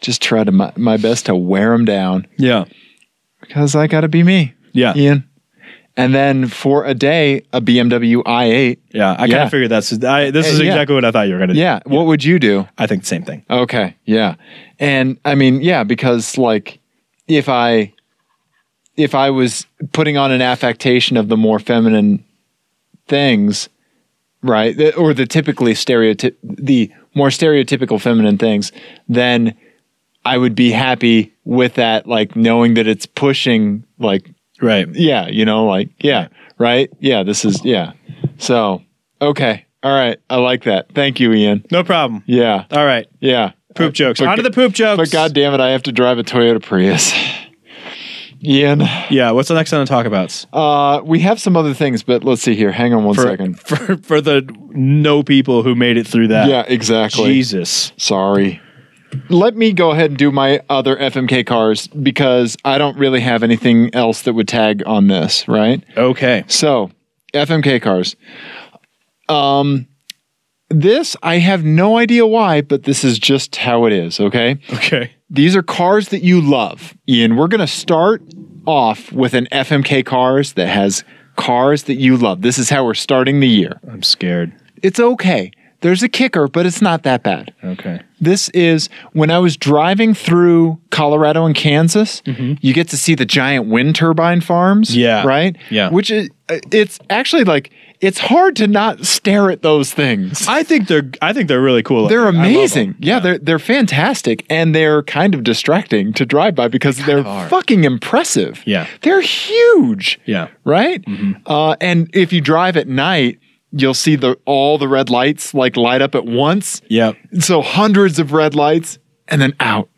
just try to my, my best to wear them down Yeah. (laughs) because I gotta be me. Yeah. Yeah. (laughs) Ian. And then for a day, a BMW i8. I kind of Yeah. figured that's I, this is Uh, yeah. exactly what I thought you were gonna do. Yeah. What would you do? I think the same thing. Okay. Yeah. And I mean, yeah, because like if I if I was putting on an affectation of the more feminine things, right? the- Or the typically stereotyp the more stereotypical feminine things, then I would be happy with that like knowing that it's pushing like Right. yeah, you know, like, yeah, right? Yeah, this is, yeah. So, okay. All right. I like that. Thank you, Ian. No problem. Yeah. All right. Yeah. Poop jokes. But, Onto the poop jokes. But God damn it, I have to drive a Toyota Prius. Ian, Yeah, what's the next one to talk about? uh, we have some other things, but let's see here. Hang on one for, second. (laughs) for for the no people who made it through that. Yeah, exactly. Jesus. Sorry. Let me go ahead and do my other FMK cars because I don't really have anything else that would tag on this, right? Okay. So, FMK cars. Um, this I have no idea why, but this is just how it is. Okay, Okay. these are cars that you love, Ian. We're gonna start off with an FMK cars that has cars that you love. This is how we're starting the year. I'm scared. It's okay. There's a kicker, but it's not that bad. Okay. This is when I was driving through Colorado and Kansas, you get to see the giant wind turbine farms. Mm-hmm. Yeah. Right? Yeah. Which is, uh, it's actually like, it's hard to not stare at those things. I think they're I think they're really cool. They're I love amazing. them. Yeah, they're they're fantastic and they're kind of distracting to drive by because they're fucking impressive. Yeah. They're huge Yeah. Mm-hmm. right? Uh, and if you drive at night, you'll see the all the red lights like light up at once. Yep. So hundreds of red lights, and then out,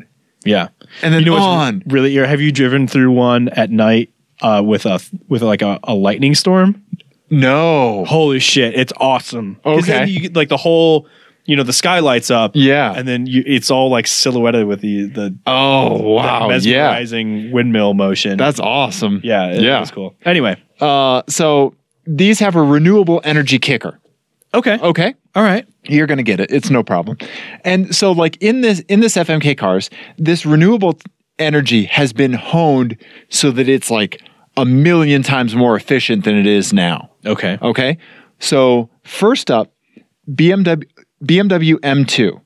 Yeah. and then You know what's on. really ir- have you driven through one at night uh, with a with like a, a lightning storm? No, Holy shit, it's awesome. 'Cause then Okay. you get, like the whole you know the sky lights up Yeah. and then you, it's all like silhouetted with the the Oh wow! Yeah, mesmerizing windmill motion that's awesome. yeah it, yeah. was cool anyway Uh, so these have a renewable energy kicker. okay Okay, all right you're gonna get it. It's no problem. And so, like in this in this FMK cars, this renewable t- energy has been honed so that it's like a million times more efficient than it is now. okay Okay, so first up, BMW BMW M2,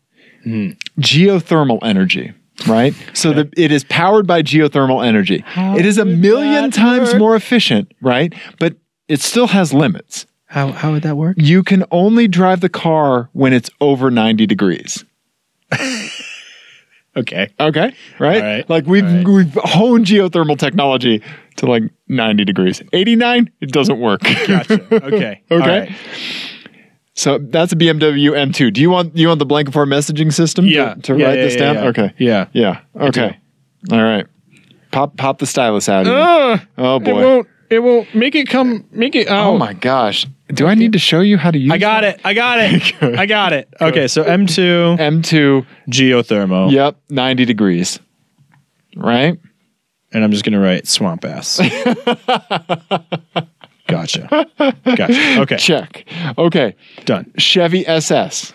Hmm. geothermal energy. Right, so the, it is powered by geothermal energy. it is a would million that times work? more efficient, right? But it still has limits. how how would that work You can only drive the car when it's over ninety degrees. okay Okay, right? All right. Like we've All right. we've honed geothermal technology to like ninety degrees. Eighty nine, it doesn't work. (laughs) gotcha okay All Okay. right. So that's a BMW M2. Do you want you want the blanket for messaging system? to- yeah To, Yeah, write yeah, this yeah, down. yeah. Okay. yeah Yeah. Okay. All right. Pop pop the stylus out. of you. oh It boy. won't. It won't make it come. Make it out. Oh my gosh. Do I need to show you how to use? I got it. I got (laughs) it. I got it. Okay, so M2 M2. geothermal. Yep. Ninety degrees. Right. And I'm just going to write (laughs) swamp ass. gotcha. Gotcha. Okay. Check. Okay. Done. Chevy SS.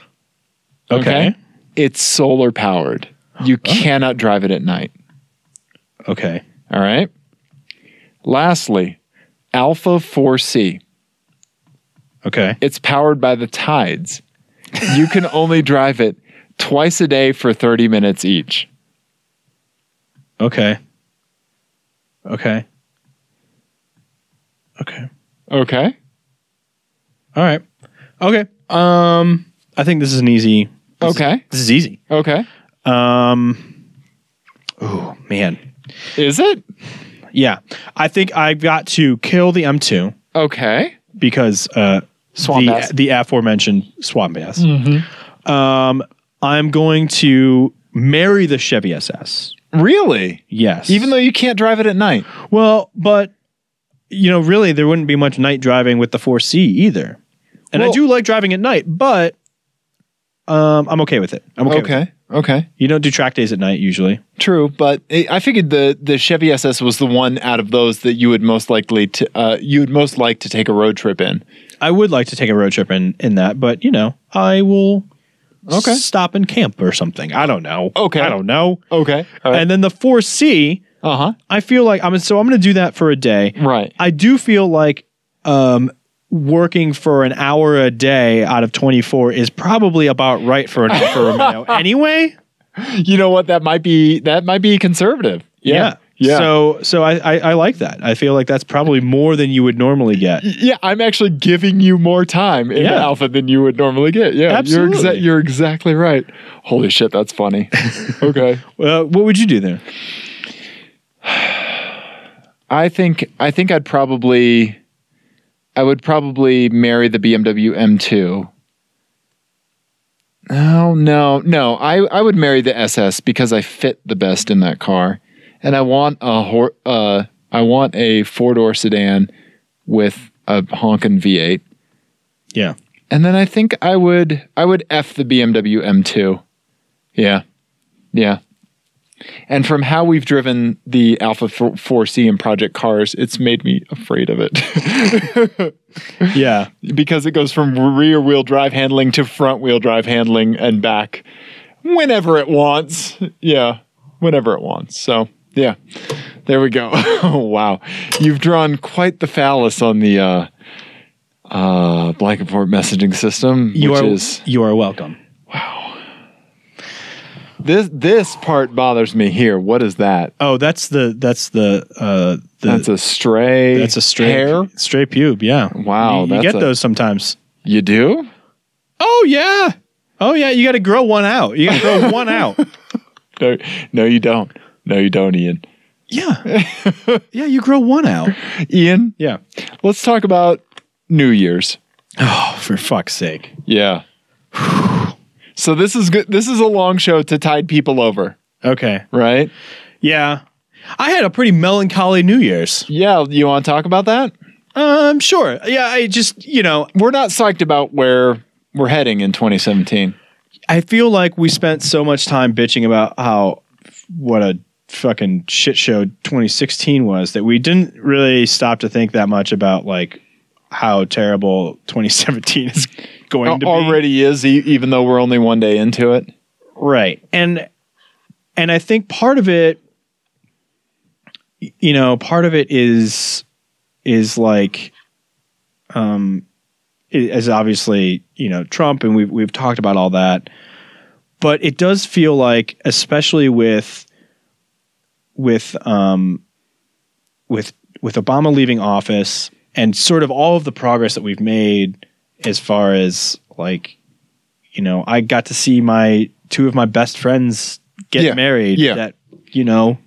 Okay. It's solar powered. Oh. You cannot drive it at night. Okay. All right. Lastly, Alpha 4C. Okay. It's powered by the tides. You can only drive it twice a day for 30 minutes each. Okay. Okay. Okay. Okay. All right. Okay. Um I think this is an easy this is- Okay. this is easy. Okay. Um Oh, man. Is it? Yeah. I think I've got to kill the M2. Okay. because uh, Swamp the, ass. the aforementioned swamp ass. Mm-hmm. Um, I'm going to marry the Chevy SS. Really? Yes. Even though you can't drive it at night. well, but you know, really, there wouldn't be much night driving with the 4C either. And I Well- do like driving at night, but um, I'm okay with it. I'm okay. with it. Okay. Okay. You don't do track days at night usually. True, but I I figured the the Chevy SS was the one out of those that you would most likely to uh, you would most like to take a road trip in. I would like to take a road trip in in that, but you know, I will Okay. stop and camp or something. I don't know. Okay. I don't know. Okay. All right. And then the 4C, Uh huh. I feel like I'm so I'm going to do that for a day. Right. I do feel like um working for an hour a day out of 24 is probably about right for an (laughs) Alfa Romeo anyway. You know what? That might be that might be conservative. Yeah. Yeah. So so I, I I like that. I feel like that's probably more than you would normally get. Yeah, I'm actually giving you more time in the Yeah. alpha than you would normally get. Yeah, You're, Absolutely. exa- you're exactly right. Holy shit, that's funny. (laughs) okay, Uh, what would you do there? I think I think I'd probably, I would probably marry the BMW M2. No, Oh, no, no. I I would marry the SS because I fit the best in that car, and I want a hor- uh I want a four door sedan with a honkin' V8. Yeah. And then I think I would I would F the BMW M2. Yeah. Yeah. And from how we've driven the Alpha 4C in Project Cars, it's made me afraid of it (laughs) Yeah. because it goes from rear wheel drive handling to front wheel drive handling and back whenever it wants. Yeah, whenever it wants. So, yeah. There we go. (laughs) oh, wow. You've drawn quite the phallus on the uh uh Blankenport messaging system, (laughs) You which are is you are welcome. This this part bothers me here. What is that? Oh, that's the that's the uh the That's a stray. that's a straight hair. stray pube, yeah. Wow, You, you that's get a- those sometimes. You do? Oh yeah. Oh yeah, you got to grow one out. You got to grow (laughs) one out. No, no, you don't. No, you don't, Ian. Yeah. yeah, you grow one out. Ian, Yeah. let's talk about New Year's. Oh, for fuck's sake. Yeah. (sighs) so this is good. This is a long show to tide people over, Okay. right? Yeah. I had a pretty melancholy New Year's. Yeah. You want to talk about that? Um, sure. Yeah, I just, you know, We're not psyched about where we're heading in 2017. I feel like we spent so much time bitching about how what a fucking shit show 2016 was that we didn't really stop to think that much about like how terrible 2017 is (laughs) going to be already is, e- even though we're only one day into it. right and and i think part of it y- you know part of it is is like um i- is obviously you know trump and we've we've talked about all that but it does feel like especially with with um with with obama leaving office and sort of all of the progress that we've made as far as like you know, I got to see my two of my best friends get Yeah. married Yeah. that, you know,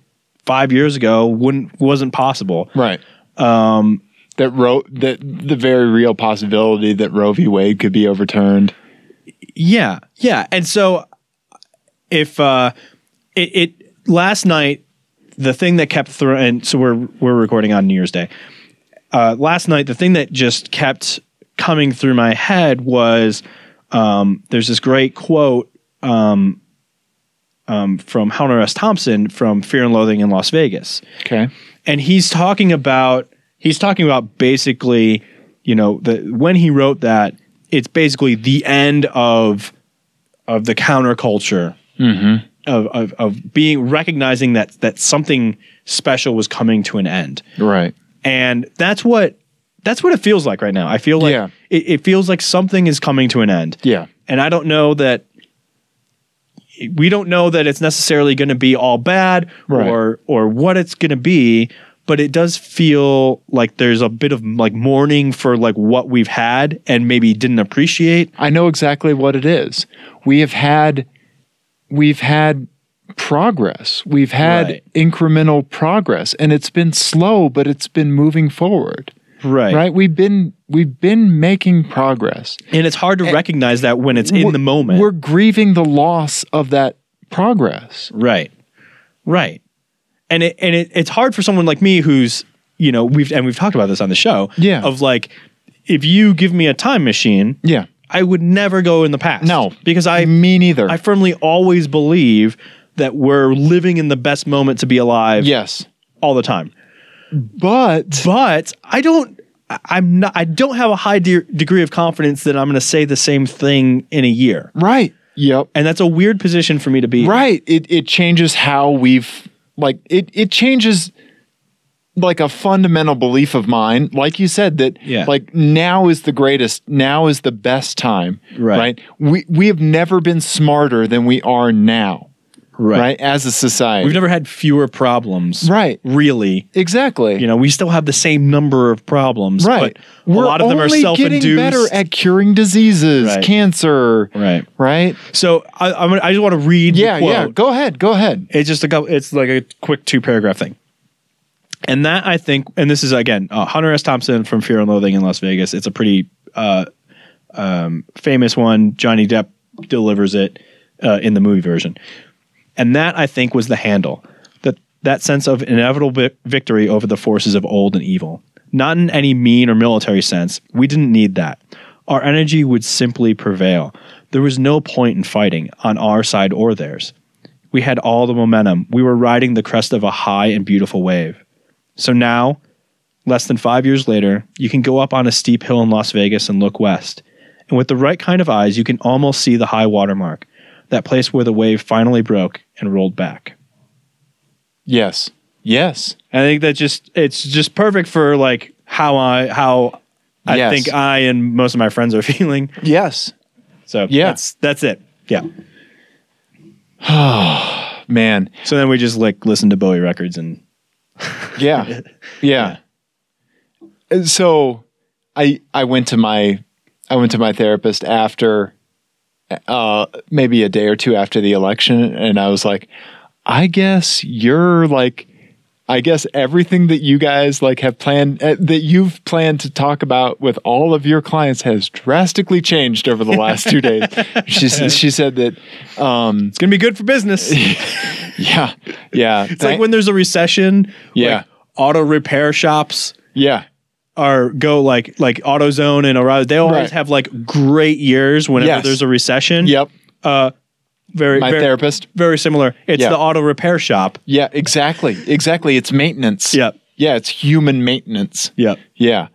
five years ago wouldn't wasn't possible. Right. Um That Roe, that the very real possibility that Roe v. Wade could be overturned. yeah. Yeah. And so if uh it, it last night the thing that kept through and so we're we're recording on New Year's Day. Uh last night the thing that just kept coming through my head was um there's this great quote um um from Hunter S. Thompson from Fear and Loathing in Las Vegas. Okay. and he's talking about he's talking about basically you know the when he wrote that it's basically the end of of the counterculture of, of of being recognizing that that something special was coming to an end Right. and that's what that's what it feels like right now i feel like Yeah. it, it feels like something is coming to an end Yeah. and I don't know that we don't know that it's necessarily going to be all bad Right. or or what it's going to be, but it does feel like there's a bit of like mourning for like what we've had and maybe didn't appreciate. I know exactly what it is. We have had we've had progress. We've had Right. incremental progress and it's been slow but it's been moving forward. Right? We've been we've been making progress. And it's hard to recognize that when it's in We're- the moment. We're grieving the loss of that progress. Right. Right. And it and it, it's hard for someone like me who's, you know, we've and we've talked about this on the show Yeah. of like if you give me a time machine, Yeah. I would never go in the past. No. Because I Me neither. I firmly always believe that we're living in the best moment to be alive yes. all the time. But But I don't I- I'm not I don't have a high de- degree of confidence that I'm going to say the same thing in a year. right. Yep. And that's a weird position for me to be. in. Right. It it changes how we've like it it changes like a fundamental belief of mine, like you said, that Yeah. like now is the greatest, now is the best time. Right. We we have never been smarter than we are now. Right. As a society. We've never had fewer problems. Right. Really. exactly. You know, we still have the same number of problems, right. but a lot of them are only getting self-induced. better at curing diseases, Right. cancer. Right. Right. so I, I'm, gonna- I just want to read. the Yeah. Yeah. quote. Go ahead. Go ahead. It's just a couple. It's like a quick two paragraph thing. And that I think, and this is again uh, Hunter S. Thompson from Fear and Loathing in Las Vegas. It's a pretty uh, um, famous one. Johnny Depp delivers it uh, in the movie version, and that I think was the handle that that sense of inevitable vi- victory over the forces of old and evil. Not in any mean or military sense. We didn't need that. Our energy would simply prevail. There was no point in fighting on our side or theirs. We had all the momentum. We were riding the crest of a high and beautiful wave. So now, less than five years later, you can go up on a steep hill in Las Vegas and look west. And with the right kind of eyes, you can almost see the high water mark, that place where the wave finally broke and rolled back. Yes. Yes. I think that just it's just perfect for like how I how I Yes. think I and most of my friends are (laughs) feeling. Yes. So Yeah. that's that's it. Yeah. Man. So then we just like listen to Bowie records and (laughs) Yeah. Yeah. And So I I went to my I went to my therapist after uh maybe a day or two after the election and I was like I guess you're like I guess everything that you guys like have planned uh, that you've planned to talk about with all of your clients has drastically changed over the last 2 (laughs) days. She s- she said that um it's gonna be good (laughs) for business. yeah. Yeah. It's like when there's a recession, Yeah. like auto repair shops yeah. are go like like AutoZone and Arrive. They always Right. have like great years whenever Yes. there's a recession. Yep. Uh, very My very, therapist. Very similar. It's Yeah. the auto repair shop. Yeah, exactly. Exactly. It's maintenance. Yep. Yeah, it's human maintenance. Yep. Yeah.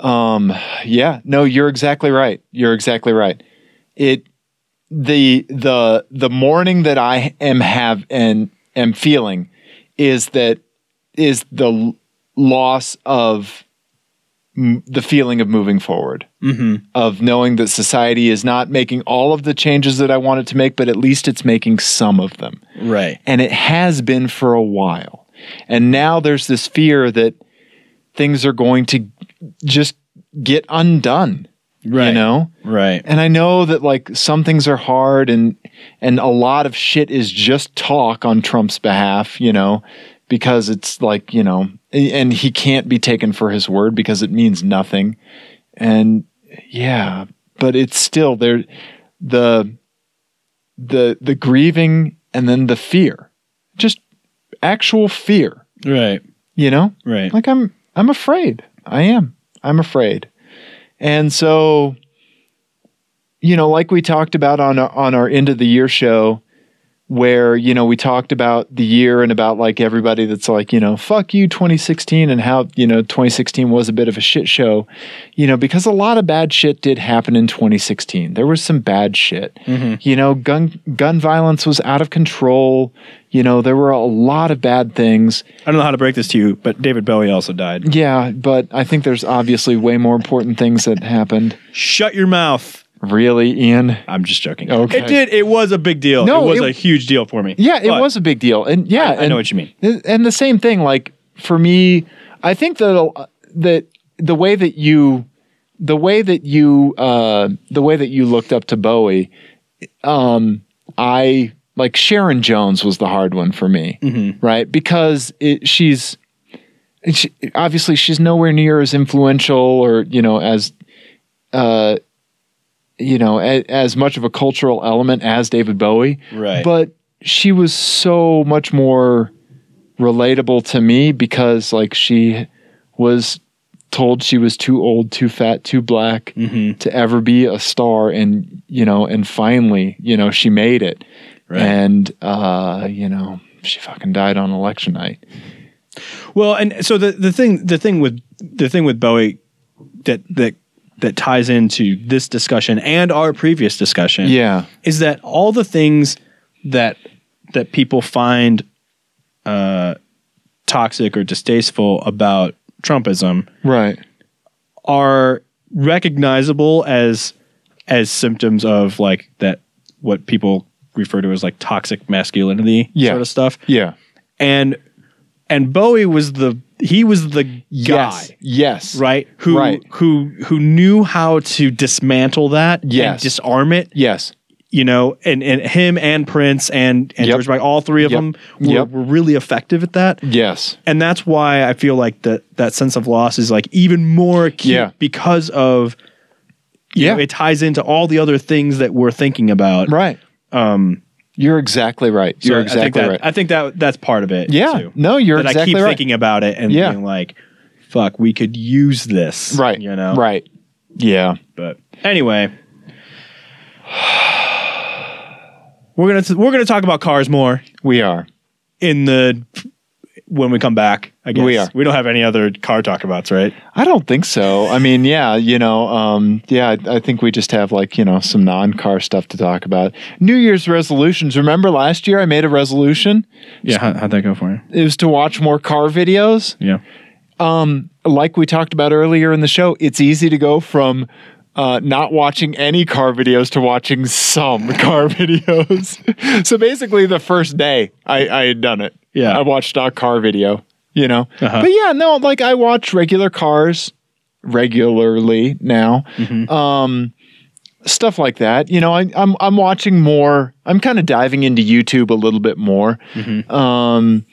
Um, yeah. No, you're exactly right. You're exactly right. It the the the morning that I am have and am feeling is that is the l- loss of m- the feeling of moving forward Mm-hmm. of knowing that society is not making all of the changes that I want it to make, but at least it's making some of them Right. and it has been for a while. And now there's this fear that things are going to just get undone, you Right. know? Right. And I know that like some things are hard and and a lot of shit is just talk on Trump's behalf, you know, because it's like, you know, and he can't be taken for his word because it means nothing. And yeah, but it's still there the the the grieving and then the fear. Just actual fear, Right. you know? Right. like i'm i'm afraid i am i'm afraid and so you know like we talked about on our, on our end of the year show where you know we talked about the year and about like everybody that's like you know fuck you 2016 and how you know 2016 was a bit of a shit show you know because a lot of bad shit did happen in 2016 there was some bad shit Mm-hmm. you know gun gun violence was out of control you know there were a lot of bad things I don't know how to break this to you, but David Bowie also died. yeah, but I think there's obviously way more important things that happened. Shut your mouth. Really, Ian? I'm just joking. Okay. It did. It was a big deal. No, it was it- a huge deal for me. Yeah, it But- was a big deal. And yeah, I- I and, know what you mean. th- And the same thing like for me, I think that that the way that you the way that you uh the way that you looked up to Bowie um I like Sharon Jones was the hard one for me, Mm-hmm. right? Because it, she's and she, obviously she's nowhere near as influential or you know as uh you know a, as much of a cultural element as David Bowie Right. but she was so much more relatable to me because like she was told she was too old too fat too black Mm-hmm. to ever be a star and you know and finally you know she made it Right. and uh you know she fucking died on election night Well, and so the, the thing the thing with the thing with Bowie that that that ties into this discussion and our previous discussion yeah is that all the things that that people find uh, toxic or distasteful about Trumpism right are recognizable as as symptoms of like that what people refer to as like toxic masculinity Yeah. sort of stuff yeah and and Bowie was the he was the guy yes yes right who Right. who who knew how to dismantle that and Yes. disarm it yes you know and and him and Prince and and Yep. George Michael all three of Yep. them were, Yep. were really effective at that yes and that's why I feel like that that sense of loss is like even more acute Yeah. because of you Yeah. know, it ties into all the other things that we're thinking about right um you're exactly right So you're I think exactly that, right I think that that's part of it. Yeah. too. No, you're that I exactly keep right. thinking about it and Yeah. being like, "Fuck, we could use this." right You know. right yeah But anyway, we're gonna we're gonna talk about cars more we are in the when we come back. I guess We are. We don't have any other car talk abouts, right? I don't think so. I mean, yeah, you know, um, yeah, I, I think we just have like, you know, some non car stuff to talk about. New Year's resolutions. Remember last year I made a resolution? Yeah. How, how'd that go for you? It was to watch more car videos. Yeah. Like we talked about earlier in the show, it's easy to go from uh, not watching any car videos to watching some (laughs) car videos. (laughs) so basically, the first day I, I had done it. Yeah. I watched a car video, you know? Uh-huh. But yeah, no, like I watch regular cars regularly now. Um, stuff like that. You know, I, I'm I'm watching more. I'm kind of diving into YouTube a little bit more um,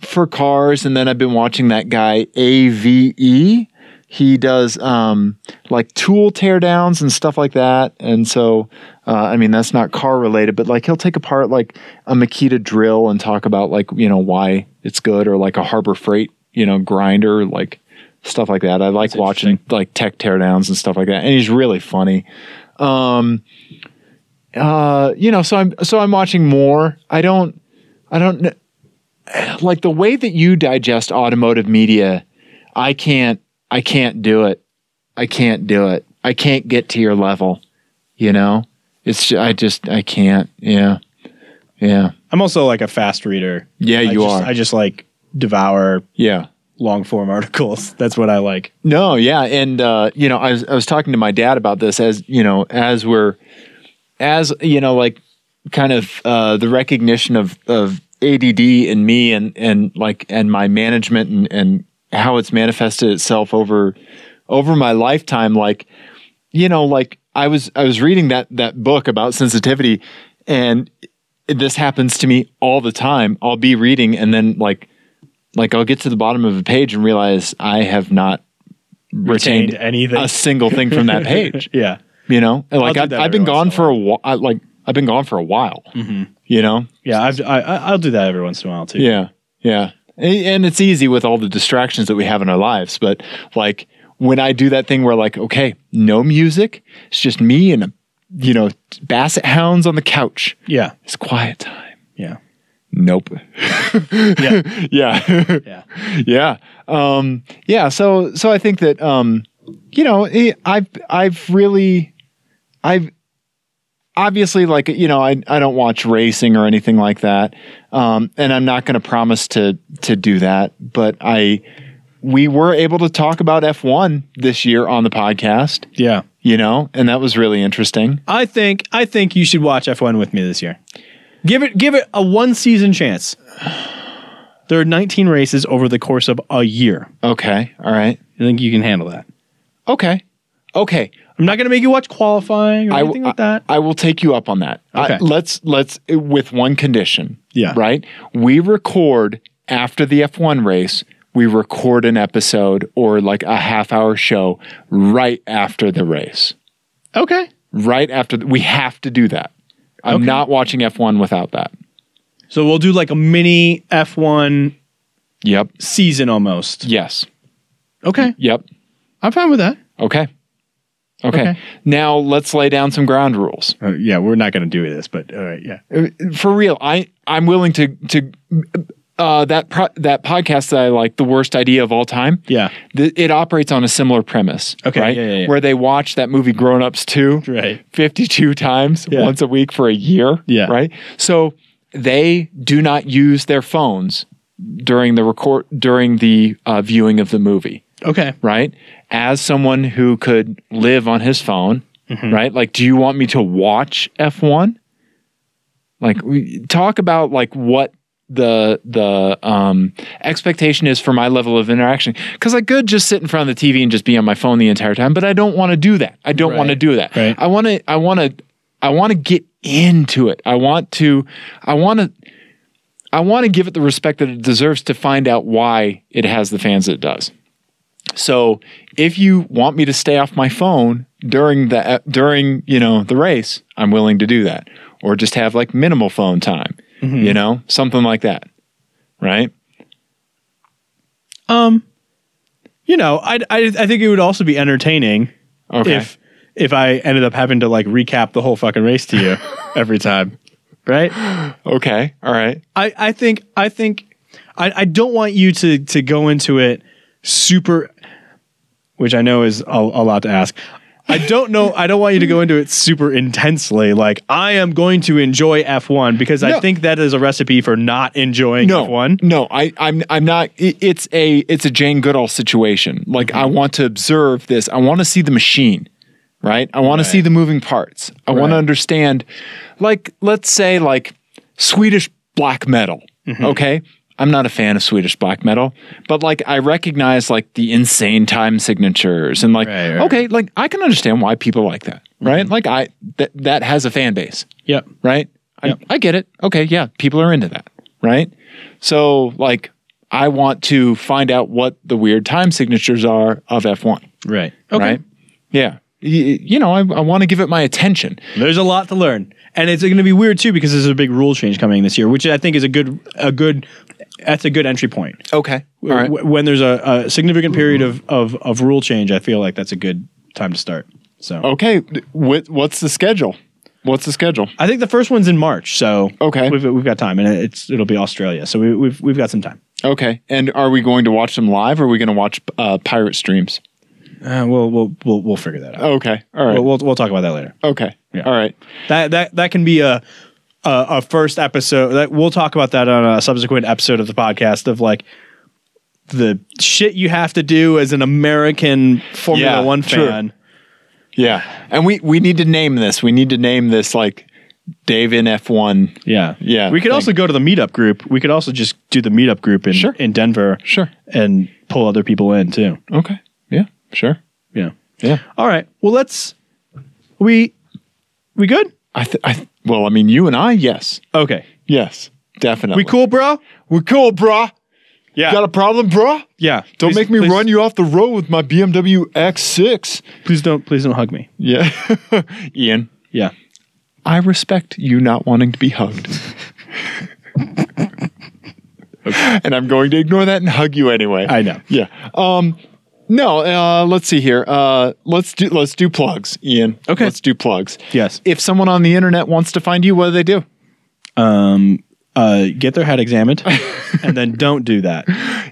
for cars, and then I've been watching that guy E. AVE. He does um, like tool teardowns and stuff like that. And so, uh, I mean, that's not car related, but like he'll take apart like a Makita drill and talk about like, you know, why it's good or like a Harbor Freight, you know, grinder, like stuff like that. I like watching like tech teardowns and stuff like that. And he's really funny Um, uh, you know, so I'm so I'm watching more. I don't, I don't kn- like the way that you digest automotive media. I can't, I can't do it. I can't do it. I can't get to your level. You know, it's ju- I just I can't. Yeah, yeah, I'm also like a fast reader. Yeah, I you are. just- I just like devour yeah. long form (laughs) articles. That's what I like. No, yeah, and uh, you know, I was I was talking to my dad about this as you know, as we're as you know, like kind of uh, the recognition of of ADD in me and and like and my management and and how it's manifested itself over over my lifetime, like you know, like I was I was reading that that book about sensitivity, and this happens to me all the time. I'll be reading and then like like I'll get to the bottom of a page and realize I have not retained, Retained anything. a single thing from (laughs) that page. Yeah. You know, And, like Oh, do I, that I've been every gone once in for a while. Like I've been gone for a while. Mm-hmm. You know, Yeah. I've, I, I- I'll do that every once in a while too. yeah, yeah. A- And it's easy with all the distractions that we have in our lives. But like when I do that thing where like, okay, no music, it's just me and, you know, basset hounds on the couch. Yeah. It's quiet time. Yeah. Nope. (laughs) Yeah. yeah. (laughs) Yeah. yeah. Um, yeah. So, so I think that, um, you know, eh, I've, I've really, I've obviously like, you know, I, I don't watch racing or anything like that. Um, and I'm not going to promise to, to do that, but I, we were able to talk about F1 this year on the podcast, Yeah. you know, and that was really interesting. I think I think you should watch F1 with me this year. Give it give it a one season chance. There are 19 races over the course of a year. Okay. All right. I think you can handle that. Okay. Okay. I'm not going to make you watch qualifying or I- anything like that. I will take you up on that. I- Okay. let's let's with one condition. Yeah. (laughs) Right. We record after the F1 race. We record an episode or like a half hour show right after the race. okay. Right after the, we have to do that. I'm Okay. not watching F1 without that. So we'll do like a mini F1 Yep. season almost. Yes. Okay. Yep. I'm fine with that. Okay. Okay. Okay. Now let's lay down some ground rules. Uh, yeah, we're not going to do this, but all right, yeah. for real, I I'm willing to to uh, that pro- that podcast that I like, the worst idea of all time. Yeah. th- it operates on a similar premise. Okay, right? yeah, yeah, yeah. where they watch that movie Grown Ups Two, Right. 52 times Yeah. once a week for a year. Yeah. Right. So they do not use their phones during the record during the uh, viewing of the movie Okay. right? As someone who could live on his phone, Mm-hmm. right? Like, do you want me to watch F1? Like, we talk about like what the the um expectation is for my level of interaction because i could just sit in front of the tv and just be on my phone the entire time but i don't want to do that i don't want to Right. do that Right. i want to i want to i want to get into it i want to i want to i want to give it the respect that it deserves to find out why it has the fans it does so if you want me to stay off my phone during the during you know the race, I'm willing to do that, or just have like minimal phone time, you know, something like that, right? Um you know, I I I think it would also be entertaining Okay. if if I ended up having to like recap the whole fucking race to (laughs) you every time, right? okay. All right. I, I think I think I, I don't want you to to go into it super, which I know is a, a lot to ask. I don't know. I don't want you to go into it super intensely. Like I am going to enjoy F one because No. I think that is a recipe for not enjoying No F one. No, I, I'm I'm not. i- It's a it's a Jane Goodall situation. Like I want to observe this. I want to see the machine, right? I want to see the moving parts. I want to Right. understand. Like let's say like Swedish black metal. Mm-hmm. Okay. I'm not a fan of Swedish black metal, but like I recognize like the insane time signatures and like Right, Mm-hmm. right. okay, like I can understand why people like that, right? Like I that that has a fan base Yep. right? I, I get it. Okay, yeah, people are into that, right? So, like, I want to find out what the weird time signatures are of F1, Right. Okay. right? Yeah. Y- You know, I, I want to give it my attention. There's a lot to learn, and it's going to be weird too because there's a big rule change coming this year, which I think is a good a good that's a good entry point. Okay. All right. w- when there's a, a significant period of, of, of Oh. rule change, I feel like that's a good time to start. So Okay. What, what's the schedule? What's the schedule? I think the first one's in March, so Okay. we've, we've got time, and it's it'll be Australia, so we, we've we've got some time. Okay. And are we going to watch them live or are we going to watch uh, pirate streams? Uh, we'll, we'll we'll we'll figure that out. Okay. All right. We'll, we'll we'll talk about that later. okay. All right. That that that can be a a, a first episode. That we'll talk about that on a subsequent episode of the podcast of like the shit you have to do as an American Formula Yeah, One sure. fan. Yeah. And we we need to name this. We need to name this like Dave in F1. Yeah, Yeah, We could thank- also go to the meetup group. We could also just do the meetup group in Sure. in Denver. Sure. and pull other people in too. Okay. Yeah. Sure. Yeah. Yeah. All right. Well, let's. We we good? I, th- I th- well, I mean, you and I, yes, Okay. yes, definitely. We cool, bro? We cool, bruh. Yeah. Got a problem, bruh? yeah. Don't Please- make me please- run you off the road with my BMW X6. Please don't. Please don't hug me. Yeah, (laughs) Ian. Yeah. I respect you not wanting to be hugged. And I'm going to ignore that and hug you anyway. I know. Yeah. Um no, uh let's see here. Uh let's do let's do plugs, Ian. Okay. Let's do plugs. Yes. If someone on the internet wants to find you, what do they do? Um. Uh. Get their head examined, and then don't do that.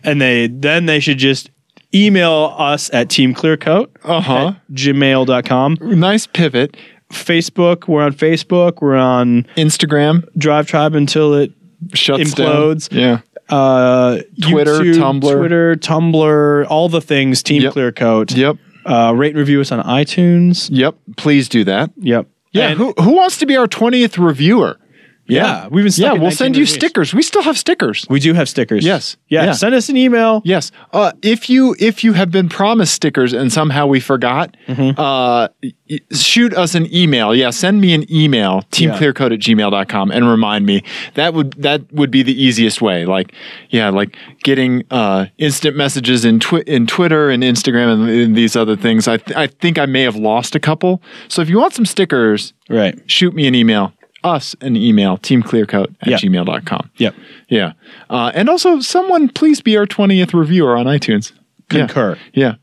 And they then they should just email us at Team Clearcoat Uh-huh. at gmail.com. Nice pivot. Facebook. We're on Facebook. We're on Instagram Drive Tribe until it shuts Implodes. down. Yeah. uh, Twitter, YouTube, Tumblr. Twitter, Tumblr, all the things. Team Yep. Clearcoat. Yep. Uh, rate and review us on iTunes. Yep. Please do that. Yep. Yeah. And- who who wants to be our twentieth reviewer? yeah. We've been stuck Yeah, at we'll 19 send you reviews. stickers. We still have stickers. We do have stickers. Yes. Yeah. Yeah. Send us an email. Yes. Uh, if you if you have been promised stickers and somehow we forgot, uh, y- y- shoot us an email. Yeah, send me an email, teamclearcode at gmail.com and remind me. That would that would be the easiest way. Like, yeah, like getting uh, instant messages in twi- in Twitter and Instagram and, and these other things. I th- I think I may have lost a couple. So if you want some stickers, Right. shoot me an email. Us an email, teamclearcoat at Yeah. gmail.com. Yep. Yeah. Uh, and also, someone please be our 20th reviewer on iTunes. Yeah. Concur. Yeah.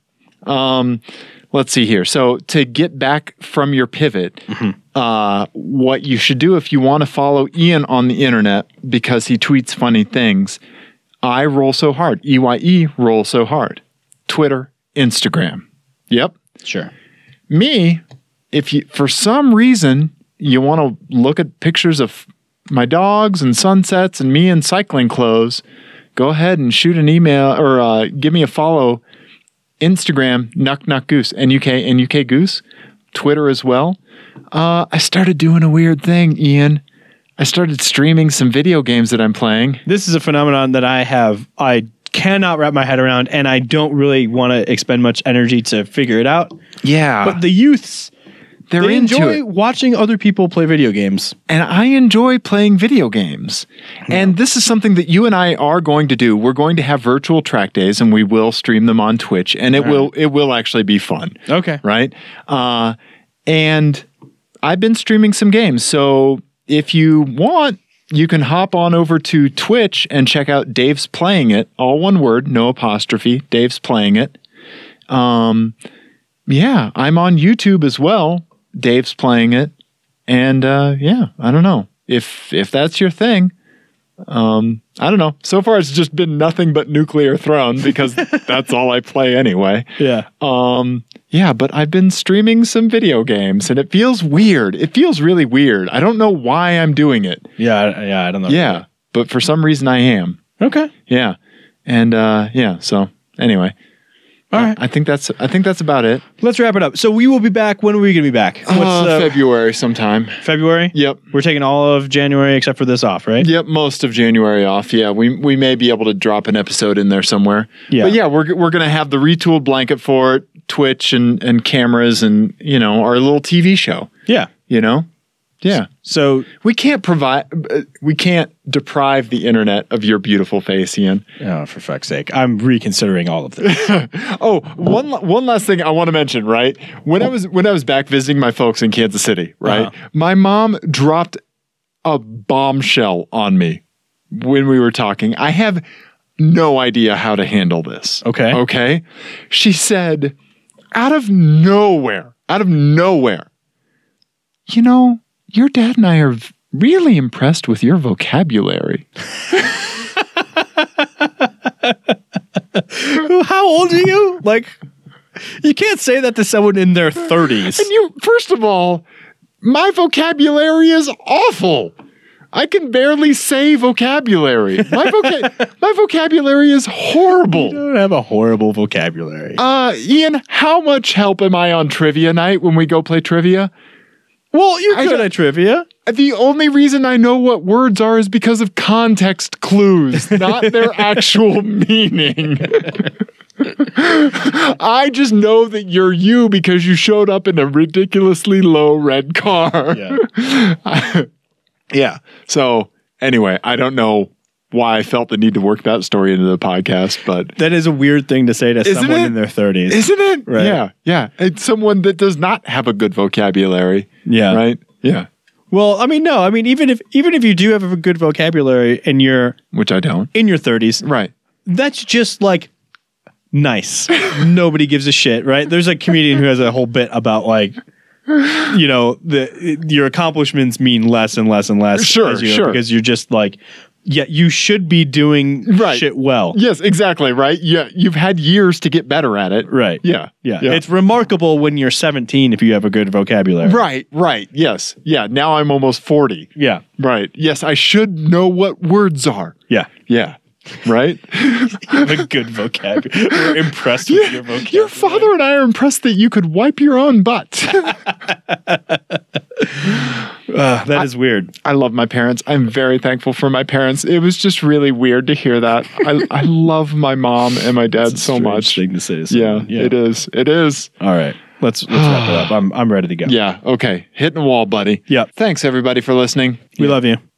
Um, let's see here. So, to get back from your pivot, uh, what you should do if you want to follow Ian on the internet because he tweets funny things, I roll so hard. EYE roll so hard. Twitter, Instagram. Yep Sure. me, if you for some reason you want to look at pictures of my dogs and sunsets and me in cycling clothes, go ahead and shoot an email or uh, give me a follow. Instagram, Nuck Nuck Goose, NUK, NUK Goose, Twitter as well. Uh, I started doing a weird thing, Ian. I started streaming some video games that I'm playing. This is a phenomenon that I have. I cannot wrap my head around, and I don't really want to expend much energy to figure it out. Yeah. But the youths, they're they into enjoy it. watching other people play video games. and I enjoy playing video games. And this is something that you and I are going to do. We're going to have virtual track days, and we will stream them on Twitch, and it will it will actually be fun, Okay. right? Uh, and I've been streaming some games, so if you want. You can hop on over to Twitch and check out Dave's Playing It, all one word, no apostrophe. Dave's Playing It. Um, Yeah, I'm on YouTube as well. Dave's playing it, and uh, yeah, I don't know if if that's your thing. Um, I don't know. So far, it's just been nothing but Nuclear Throne because (laughs) that's all I play anyway. Yeah. Um, Yeah, but I've been streaming some video games, and it feels weird. It feels really weird. I don't know why I'm doing it. Yeah. I- Yeah. I don't know. Yeah, but for some reason I am. Okay. Yeah, and uh, yeah. So anyway, All right. I think that's I think that's about it. Let's wrap it up. So we will be back. When are we going to be back? What's Uh, the- February sometime. February? Yep. We're taking all of January except for this off, right? Yep, most of January off. Yeah, we we may be able to drop an episode in there somewhere. Yeah. but yeah, we're we're gonna have the retooled blanket for it, Twitch and and cameras and you know our little TV show. Yeah. You know, yeah, So we can't provide, uh, we can't deprive the internet of your beautiful face, Ian. (laughs) Oh, for fuck's sake. I'm reconsidering all of this. Oh, one la- one last thing I want to mention, right? When I was when I was back visiting my folks in Kansas City, right? Uh-huh. My mom dropped a bombshell on me when we were talking. I have no idea how to handle this. (laughs) Okay. (laughs) Okay. She said out of nowhere, out of nowhere. You know, your dad and I are v- really impressed with your vocabulary. (laughs) How old are you? Like, you can't say that to someone in their 30s. And you, first of all, my vocabulary is awful. I can barely say vocabulary. My, voca- (laughs) my vocabulary is horrible. don't have a horrible vocabulary. Uh, Ian, how much help am I on trivia night when we go play trivia? well, you're I good don't- at (laughs) trivia. The only reason I know what words are is because of context (laughs) clues, not their actual meaning. (laughs) I just know that you're you because you showed up in a ridiculously low red car. Yeah. Yeah. So anyway, I don't know why I felt the need to work that story into the podcast, but That is a weird thing to say to Isn't someone it? in their 30s. isn't it? Right. Yeah. Yeah. It's someone that does not have a good vocabulary. Yeah. Right. Yeah. Well, I mean, no. I mean, even if even if you do have a good vocabulary and you're Which I don't. in your 30s, Right. that's just like (laughs) nice. Nobody gives a shit, right? There's a comedian who has a whole bit about like you know, the your accomplishments mean less and less and less Sure, as you sure. because you're just like yeah, you should be doing Right. shit well. Yes, exactly. Right. Yeah. You've had years to get better at it. Right. Yeah. Yeah. It's remarkable when you're 17 if you have a good vocabulary. right. Right. Yes. Yeah. Now I'm almost 40. Yeah. Right. Yes. I should know what words are. Yeah. (laughs) Yeah. Right. You have a good vocabulary. We're impressed with your vocabulary. Your father and I are impressed that you could wipe your own butt. (laughs) Uh, that is weird. I love my parents. I'm very thankful for my parents. It was just really weird to hear that. I, I love my mom and my dad so Strange much. thing to say to Yeah, someone. yeah, it is. It is. All right. Let's let's wrap it up. I'm I'm ready to go. Yeah. Okay. Hitting the wall, buddy. Yep. Thanks everybody for listening. We love you.